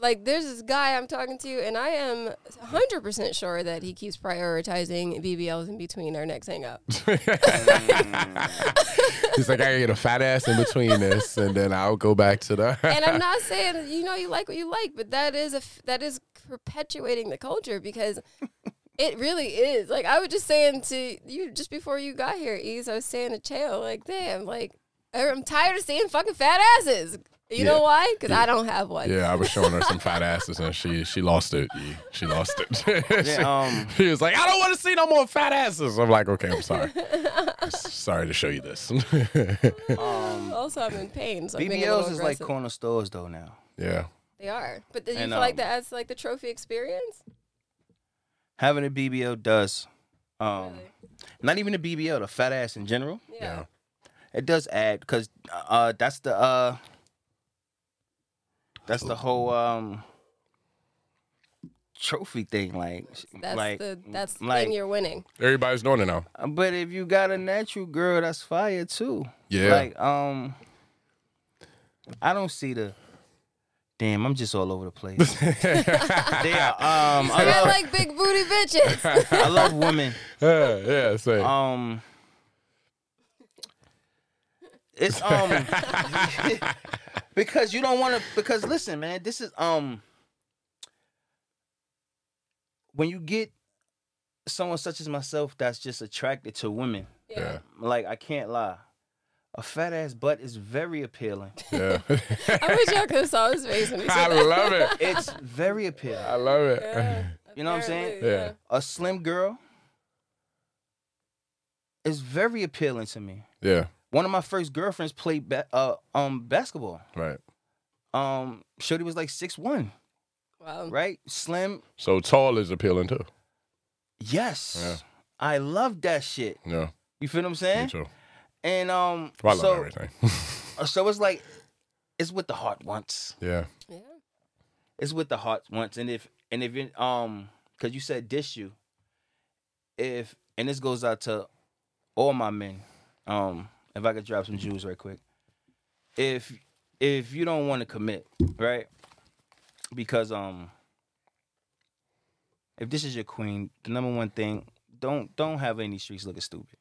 Speaker 2: Like there's this guy I'm talking to, and I am 100 percent sure that he keeps prioritizing BBLs in between our next hang up. Mm.
Speaker 1: He's like, I gotta get a fat ass in between this, and then I'll go back to the.
Speaker 2: and I'm not saying you know you like what you like, but that is a f- that is perpetuating the culture because it really is. Like I was just saying to you just before you got here, Ease, I was saying to Chael, like, damn, like er, I'm tired of seeing fucking fat asses.
Speaker 1: Yeah.
Speaker 2: You know why? Because I don't have one.
Speaker 1: Yeah, I was showing her some fat asses and she she lost it. Yeah, She lost it. she,
Speaker 6: Yeah, um,
Speaker 1: she was like, I don't want to see no more fat asses. I'm like, okay, I'm sorry. sorry to show you this.
Speaker 2: Also, I'm in pain. So I'm being a
Speaker 6: BBLs
Speaker 2: little
Speaker 6: is like
Speaker 2: aggressive.
Speaker 6: corner stores though now.
Speaker 1: yeah.
Speaker 2: They are. But do you
Speaker 6: And,
Speaker 2: feel like
Speaker 6: um,
Speaker 2: that adds to, like the trophy experience?
Speaker 6: Having a BBL does.
Speaker 2: Really?
Speaker 6: Um, Not even the BBL, the fat ass in general.
Speaker 2: Yeah.
Speaker 1: yeah.
Speaker 6: It does add because uh, that's the uh, that's the whole um, trophy thing. Like,
Speaker 2: That's
Speaker 6: like,
Speaker 2: the that's the
Speaker 6: like-
Speaker 2: thing you're winning.
Speaker 1: Everybody's doing it now.
Speaker 6: but if you got a natural girl, that's fire too.
Speaker 1: Yeah.
Speaker 6: Like, um, I don't see the. Damn, I'm just all over the place. yeah, um, I
Speaker 2: You're
Speaker 6: love,
Speaker 2: like big booty bitches.
Speaker 6: I love women.
Speaker 1: yeah, yeah, same.
Speaker 6: Um, it's um because you don't want to. Because listen, man, this is um when you get someone such as myself that's just attracted to women.
Speaker 1: yeah.
Speaker 6: Like I can't lie, a fat ass butt is very appealing.
Speaker 1: Yeah.
Speaker 2: I wish y'all could have saw his face when he
Speaker 1: I
Speaker 2: said that.
Speaker 1: love it.
Speaker 6: It's very appealing.
Speaker 1: I love it.
Speaker 2: Yeah.
Speaker 6: You know what I'm saying?
Speaker 2: Apparently,
Speaker 1: Yeah.
Speaker 6: A slim girl is very appealing to me.
Speaker 1: Yeah.
Speaker 6: one of my first girlfriends played ba- uh, um basketball.
Speaker 1: Right.
Speaker 6: Um, Shorty was like six one,
Speaker 2: Wow.
Speaker 1: Mm.
Speaker 6: right? Slim.
Speaker 1: So tall is appealing too.
Speaker 6: Yes,
Speaker 1: Yeah.
Speaker 6: I love that shit.
Speaker 1: Yeah.
Speaker 6: You feel what I'm
Speaker 2: Eh?
Speaker 1: Me
Speaker 6: saying?
Speaker 1: too.
Speaker 6: And um,
Speaker 1: Well, I love
Speaker 6: so uh,
Speaker 1: everything.
Speaker 6: so it's like it's what the heart wants.
Speaker 1: yeah.
Speaker 2: Yeah.
Speaker 6: It's what the heart wants. And if and if you um, cause you said dish you, if and this goes out to all my men. Um, if I could drop some jewels right quick, if if you don't want to commit, right? Because um, if this is your queen, the number one thing don't don't have any streaks looking stupid.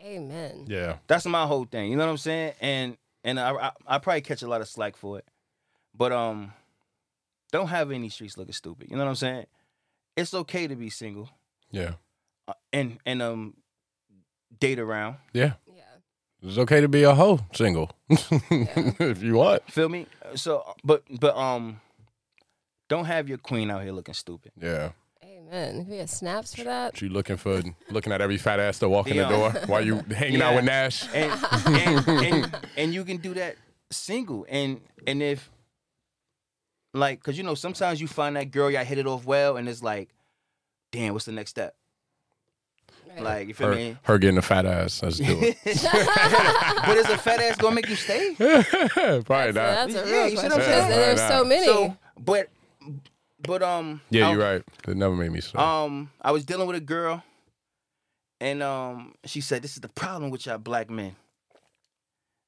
Speaker 2: Amen.
Speaker 1: Yeah.
Speaker 6: That's my whole thing. You know what I'm saying? And and I I, I probably catch a lot of slack for it, but um, don't have any streets looking stupid. You know what I'm saying? It's okay to be single
Speaker 1: Yeah.
Speaker 6: uh, and and um, date around.
Speaker 1: Yeah.
Speaker 2: Yeah.
Speaker 1: It's okay to be a hoe single if you want.
Speaker 6: Feel me? So but but um, don't have your queen out here looking stupid.
Speaker 1: Yeah.
Speaker 2: Amen. We have snaps for that.
Speaker 1: You looking for looking at every fat ass that walk in the
Speaker 6: Yeah.
Speaker 1: door while you hanging out
Speaker 6: Yeah.
Speaker 1: with Nash.
Speaker 6: and, and, and and you can do that single and and if like because you know sometimes you find that girl y'all hit it off well and it's like damn what's the next step
Speaker 2: Right.
Speaker 6: like you feel me
Speaker 1: Her, her getting a fat ass. Let's do it.
Speaker 6: but is a fat ass gonna make you stay
Speaker 1: Probably not.
Speaker 2: That's a
Speaker 6: Yeah,
Speaker 2: real
Speaker 6: you see
Speaker 2: question.
Speaker 6: what I'm
Speaker 2: There's-
Speaker 6: saying?
Speaker 2: There's
Speaker 1: Right
Speaker 2: so
Speaker 1: now.
Speaker 2: many.
Speaker 6: so but but um
Speaker 1: Yeah,
Speaker 2: Oh.
Speaker 6: I-
Speaker 1: you're right. It never made me so.
Speaker 2: uh,
Speaker 6: um i was dealing with a girl and um she said this is the problem with y'all black men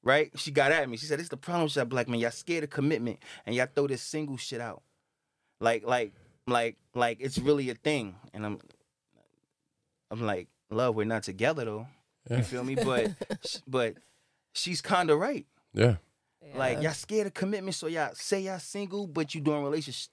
Speaker 6: right she got at me she said this is the problem with y'all black men y'all scared of commitment and y'all throw this single shit out like like like like it's really a thing and i'm i'm like love we're not together though
Speaker 1: Yeah.
Speaker 6: you feel me but but she's kind of right
Speaker 1: yeah.
Speaker 6: like y'all scared of commitment so y'all say y'all single but you doing relationship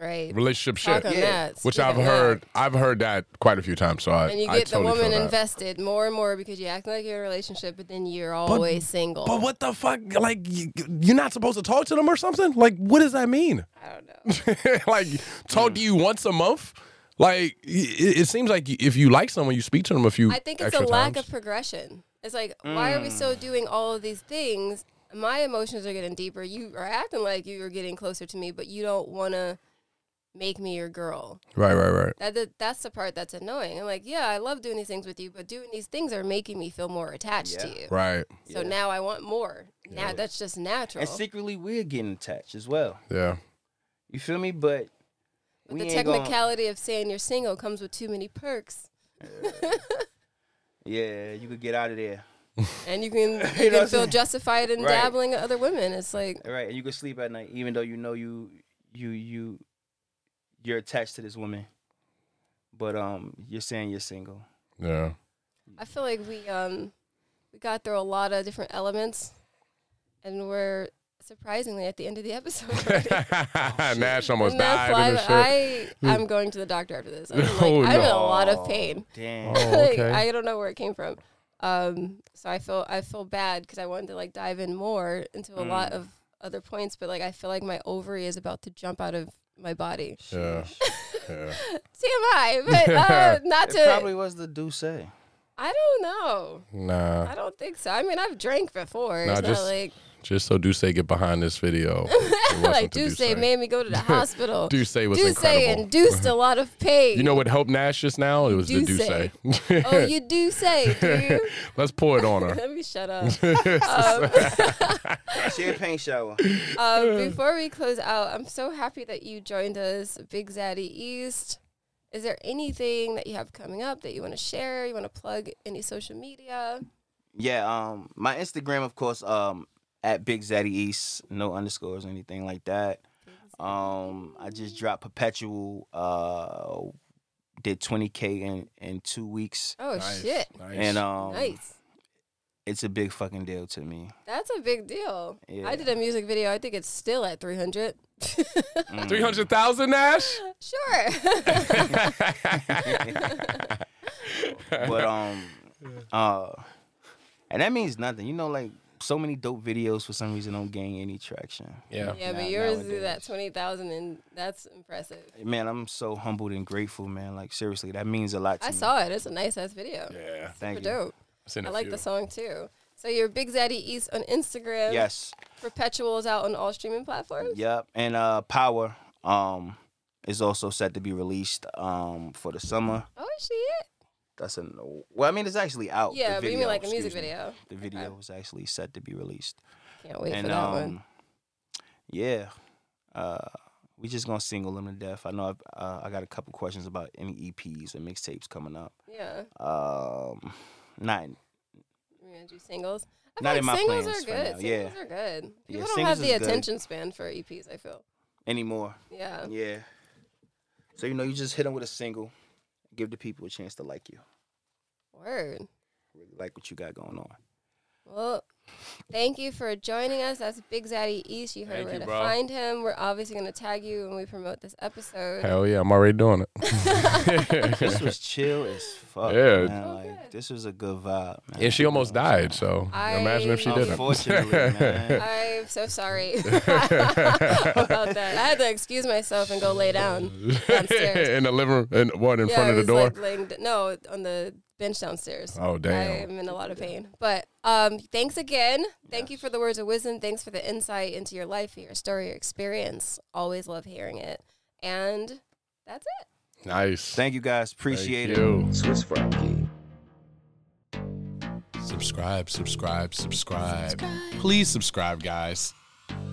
Speaker 2: right.
Speaker 1: Relationship
Speaker 2: Talk
Speaker 1: shit.
Speaker 2: on
Speaker 6: Yeah.
Speaker 2: that.
Speaker 1: Which
Speaker 2: Speak
Speaker 1: I've
Speaker 2: on
Speaker 1: heard I've heard that quite a few times. So I
Speaker 2: that. And you
Speaker 1: I
Speaker 2: get the
Speaker 1: totally feel
Speaker 2: woman
Speaker 1: that.
Speaker 2: invested more and more because you act like you're in a relationship, but then you're always single.
Speaker 1: But what the fuck? Like, you, you're not supposed to talk to them or something? Like, what does that mean?
Speaker 2: I don't know.
Speaker 1: like, talk to you once a month? Like, i- i- it, it seems like if you like someone, you speak to them a few.
Speaker 2: I think it's
Speaker 1: extra
Speaker 2: a lack
Speaker 1: times.
Speaker 2: of progression. It's like, why are we
Speaker 6: Mm.
Speaker 2: still doing all of these things? My emotions are getting deeper. You are acting like you are getting closer to me, but you don't want to make me your girl.
Speaker 1: Right, right, right.
Speaker 2: That, that that's the part that's annoying. I'm like, yeah, I love doing these things with you, but doing these things are making me feel more attached to
Speaker 6: Yeah.
Speaker 2: you.
Speaker 1: Right.
Speaker 2: So now I want more. Now that's just natural.
Speaker 6: and secretly we're getting attached as well
Speaker 1: Yeah.
Speaker 6: you feel me but
Speaker 2: but
Speaker 6: we
Speaker 2: the
Speaker 6: ain't gonna-
Speaker 2: technicality of saying you're single comes with too many perks,
Speaker 6: Yeah, you could get out of there.
Speaker 2: and you can you,
Speaker 6: You know what
Speaker 2: can
Speaker 6: I'm
Speaker 2: feel
Speaker 6: saying?
Speaker 2: justified in
Speaker 6: Right.
Speaker 2: dabbling at other women. It's like,
Speaker 6: All right, and you could sleep at night, even though you know you you you you're attached to this woman, but um, you're saying you're single.
Speaker 1: Yeah.
Speaker 2: I feel like we um we got through a lot of different elements, and we're surprisingly at the end of the episode. already.
Speaker 1: Nash almost
Speaker 2: And that's
Speaker 1: died in the
Speaker 2: why
Speaker 1: shit.
Speaker 2: I I'm going to the doctor after this. I'm, like,
Speaker 1: Oh,
Speaker 2: I'm in a
Speaker 1: no.
Speaker 2: lot of pain.
Speaker 6: Damn.
Speaker 1: Oh,
Speaker 2: Like,
Speaker 1: okay.
Speaker 2: I don't know where it came from. Um, so I feel I feel bad because I wanted to like dive in more into a
Speaker 1: Mm.
Speaker 2: lot of other points, but like I feel like my ovary is about to jump out of my body.
Speaker 1: yeah. yeah.
Speaker 2: TMI, but uh, not
Speaker 6: It
Speaker 2: to.
Speaker 6: probably was the douce.
Speaker 2: I don't know.
Speaker 1: Nah.
Speaker 2: I don't think so. I mean, I've drank before.
Speaker 1: Nah,
Speaker 2: it's
Speaker 1: just-
Speaker 2: not like
Speaker 1: Just so Duce get behind this video. It wasn't
Speaker 2: like
Speaker 1: to
Speaker 2: Duce made me go to the hospital.
Speaker 1: Duce was
Speaker 2: Duce
Speaker 1: incredible.
Speaker 2: induced a lot of pain.
Speaker 1: you know what helped Nash just now? It was the
Speaker 2: Duce.
Speaker 1: Duce.
Speaker 2: Oh, you do say, do you?
Speaker 1: Let's pour it on her.
Speaker 2: Let me shut up. um,
Speaker 6: Champagne shower.
Speaker 2: um, before we close out, I'm so happy that you joined us, Big Zaddy East. Is there anything that you have coming up that you want to share? You want to plug any social media?
Speaker 6: Yeah, um, my Instagram, of course, um, at Big Zaddy East, no underscores or anything like that. Um, I just dropped Perpetual, uh, did 20K in, in two weeks.
Speaker 2: Oh
Speaker 1: Nice,
Speaker 2: shit!
Speaker 1: nice.
Speaker 6: And um,
Speaker 2: nice.
Speaker 6: it's a big fucking deal to me.
Speaker 2: That's a big deal.
Speaker 6: Yeah.
Speaker 2: I did a music video. I think it's still at 300.
Speaker 6: Mm.
Speaker 1: 300,000 Nash?
Speaker 2: sure.
Speaker 6: But, um, uh, and that means nothing. You know, like, so many dope videos for some reason don't gain any traction.
Speaker 1: yeah.
Speaker 2: yeah,
Speaker 6: Now-
Speaker 2: but yours is at
Speaker 6: nowadays.
Speaker 2: 20,000, and that's impressive.
Speaker 6: Man, I'm so humbled and grateful, man. Like, seriously, that means a lot to
Speaker 2: I
Speaker 6: me.
Speaker 2: saw it. It's a nice ass video.
Speaker 1: Yeah.
Speaker 6: Thank
Speaker 2: Super
Speaker 6: you.
Speaker 2: dope.
Speaker 1: in
Speaker 2: I
Speaker 1: a
Speaker 2: like
Speaker 1: few.
Speaker 2: the song too. So your Big Zaddy East on Instagram.
Speaker 6: Yes.
Speaker 2: Perpetual is out on all streaming platforms.
Speaker 6: Yep, and uh, Power um is also set to be released um for the summer.
Speaker 2: Oh shit.
Speaker 6: That's a well, I mean it's actually out. Oh, the
Speaker 2: Yeah, but you mean
Speaker 6: video,
Speaker 2: like a music
Speaker 6: excuse me.
Speaker 2: video.
Speaker 6: The video is actually set to be released,
Speaker 2: Can't wait
Speaker 6: and
Speaker 2: for that
Speaker 6: um,
Speaker 2: one.
Speaker 6: yeah, uh, we just gonna single them to death. I know I've, uh, I got a couple questions about any EPs or mixtapes coming up.
Speaker 2: Yeah.
Speaker 6: Um, not
Speaker 2: We're gonna do singles. I feel
Speaker 6: Not
Speaker 2: like
Speaker 6: in my
Speaker 2: singles
Speaker 6: plans
Speaker 2: are
Speaker 6: for
Speaker 2: good.
Speaker 6: now,
Speaker 2: Singles
Speaker 6: yeah.
Speaker 2: are good.
Speaker 6: Yeah,
Speaker 2: People don't
Speaker 6: singles
Speaker 2: have
Speaker 6: is
Speaker 2: the
Speaker 6: good.
Speaker 2: attention span for EPs, I feel.
Speaker 6: anymore.
Speaker 2: Yeah.
Speaker 6: Yeah. So you know, you just hit them with a single, give the people a chance to like you,
Speaker 2: Word.
Speaker 6: really like what you got going on.
Speaker 2: Well, thank you for joining us. That's Big Zaddy East. You heard
Speaker 1: Thank
Speaker 2: where
Speaker 1: you,
Speaker 2: to
Speaker 1: bro.
Speaker 2: find him. We're obviously gonna tag you when we promote this episode.
Speaker 1: Hell yeah, I'm already doing it.
Speaker 6: this was chill as fuck.
Speaker 1: Yeah.
Speaker 2: Oh,
Speaker 6: man. Like, this was a good vibe. Man.
Speaker 1: and she almost died, so
Speaker 2: I-
Speaker 1: imagine if she didn't.
Speaker 6: Unfortunately, man.
Speaker 2: I'm so sorry about that. I had to excuse myself and go lay down downstairs.
Speaker 1: in the living room, in, what, in
Speaker 2: yeah,
Speaker 1: front
Speaker 2: I
Speaker 1: of the
Speaker 2: was,
Speaker 1: door?
Speaker 2: Like laying d- no, on the bench downstairs.
Speaker 1: oh, damn.
Speaker 2: I'm in a lot of pain. But um, thanks again. Thank you for the words of wisdom. Thanks for the insight into your life, your story, your experience. Always love hearing it. And that's it.
Speaker 1: nice.
Speaker 6: Thank you guys. Appreciate it.
Speaker 1: you.
Speaker 3: Swiss Rocky.
Speaker 5: Subscribe, subscribe, subscribe, Please subscribe, guys.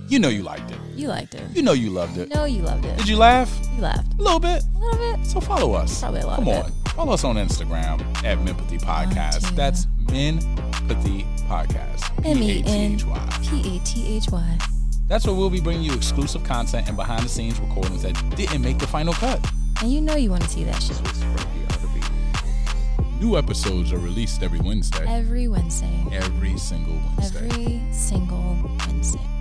Speaker 5: You know you liked it.
Speaker 4: You liked it.
Speaker 5: You know you loved it.
Speaker 4: No, you loved it.
Speaker 5: Did you laugh?
Speaker 4: You laughed
Speaker 5: A little bit.
Speaker 4: a little bit.
Speaker 5: So follow us.
Speaker 4: Probably a lot
Speaker 5: Come
Speaker 4: of
Speaker 5: on. Follow us on Instagram at Menpathy Podcast.
Speaker 4: two.
Speaker 5: That's Menpathy Podcast.
Speaker 4: M E N
Speaker 5: P-A-T-H-Y.
Speaker 4: P A T H Y.
Speaker 5: That's where we'll be bringing you exclusive content and behind the scenes recordings that didn't make the final cut.
Speaker 4: And you know you want to see that shit
Speaker 5: New episodes are released every Wednesday.
Speaker 4: every Wednesday.
Speaker 5: Every single Wednesday.
Speaker 4: Every single Wednesday.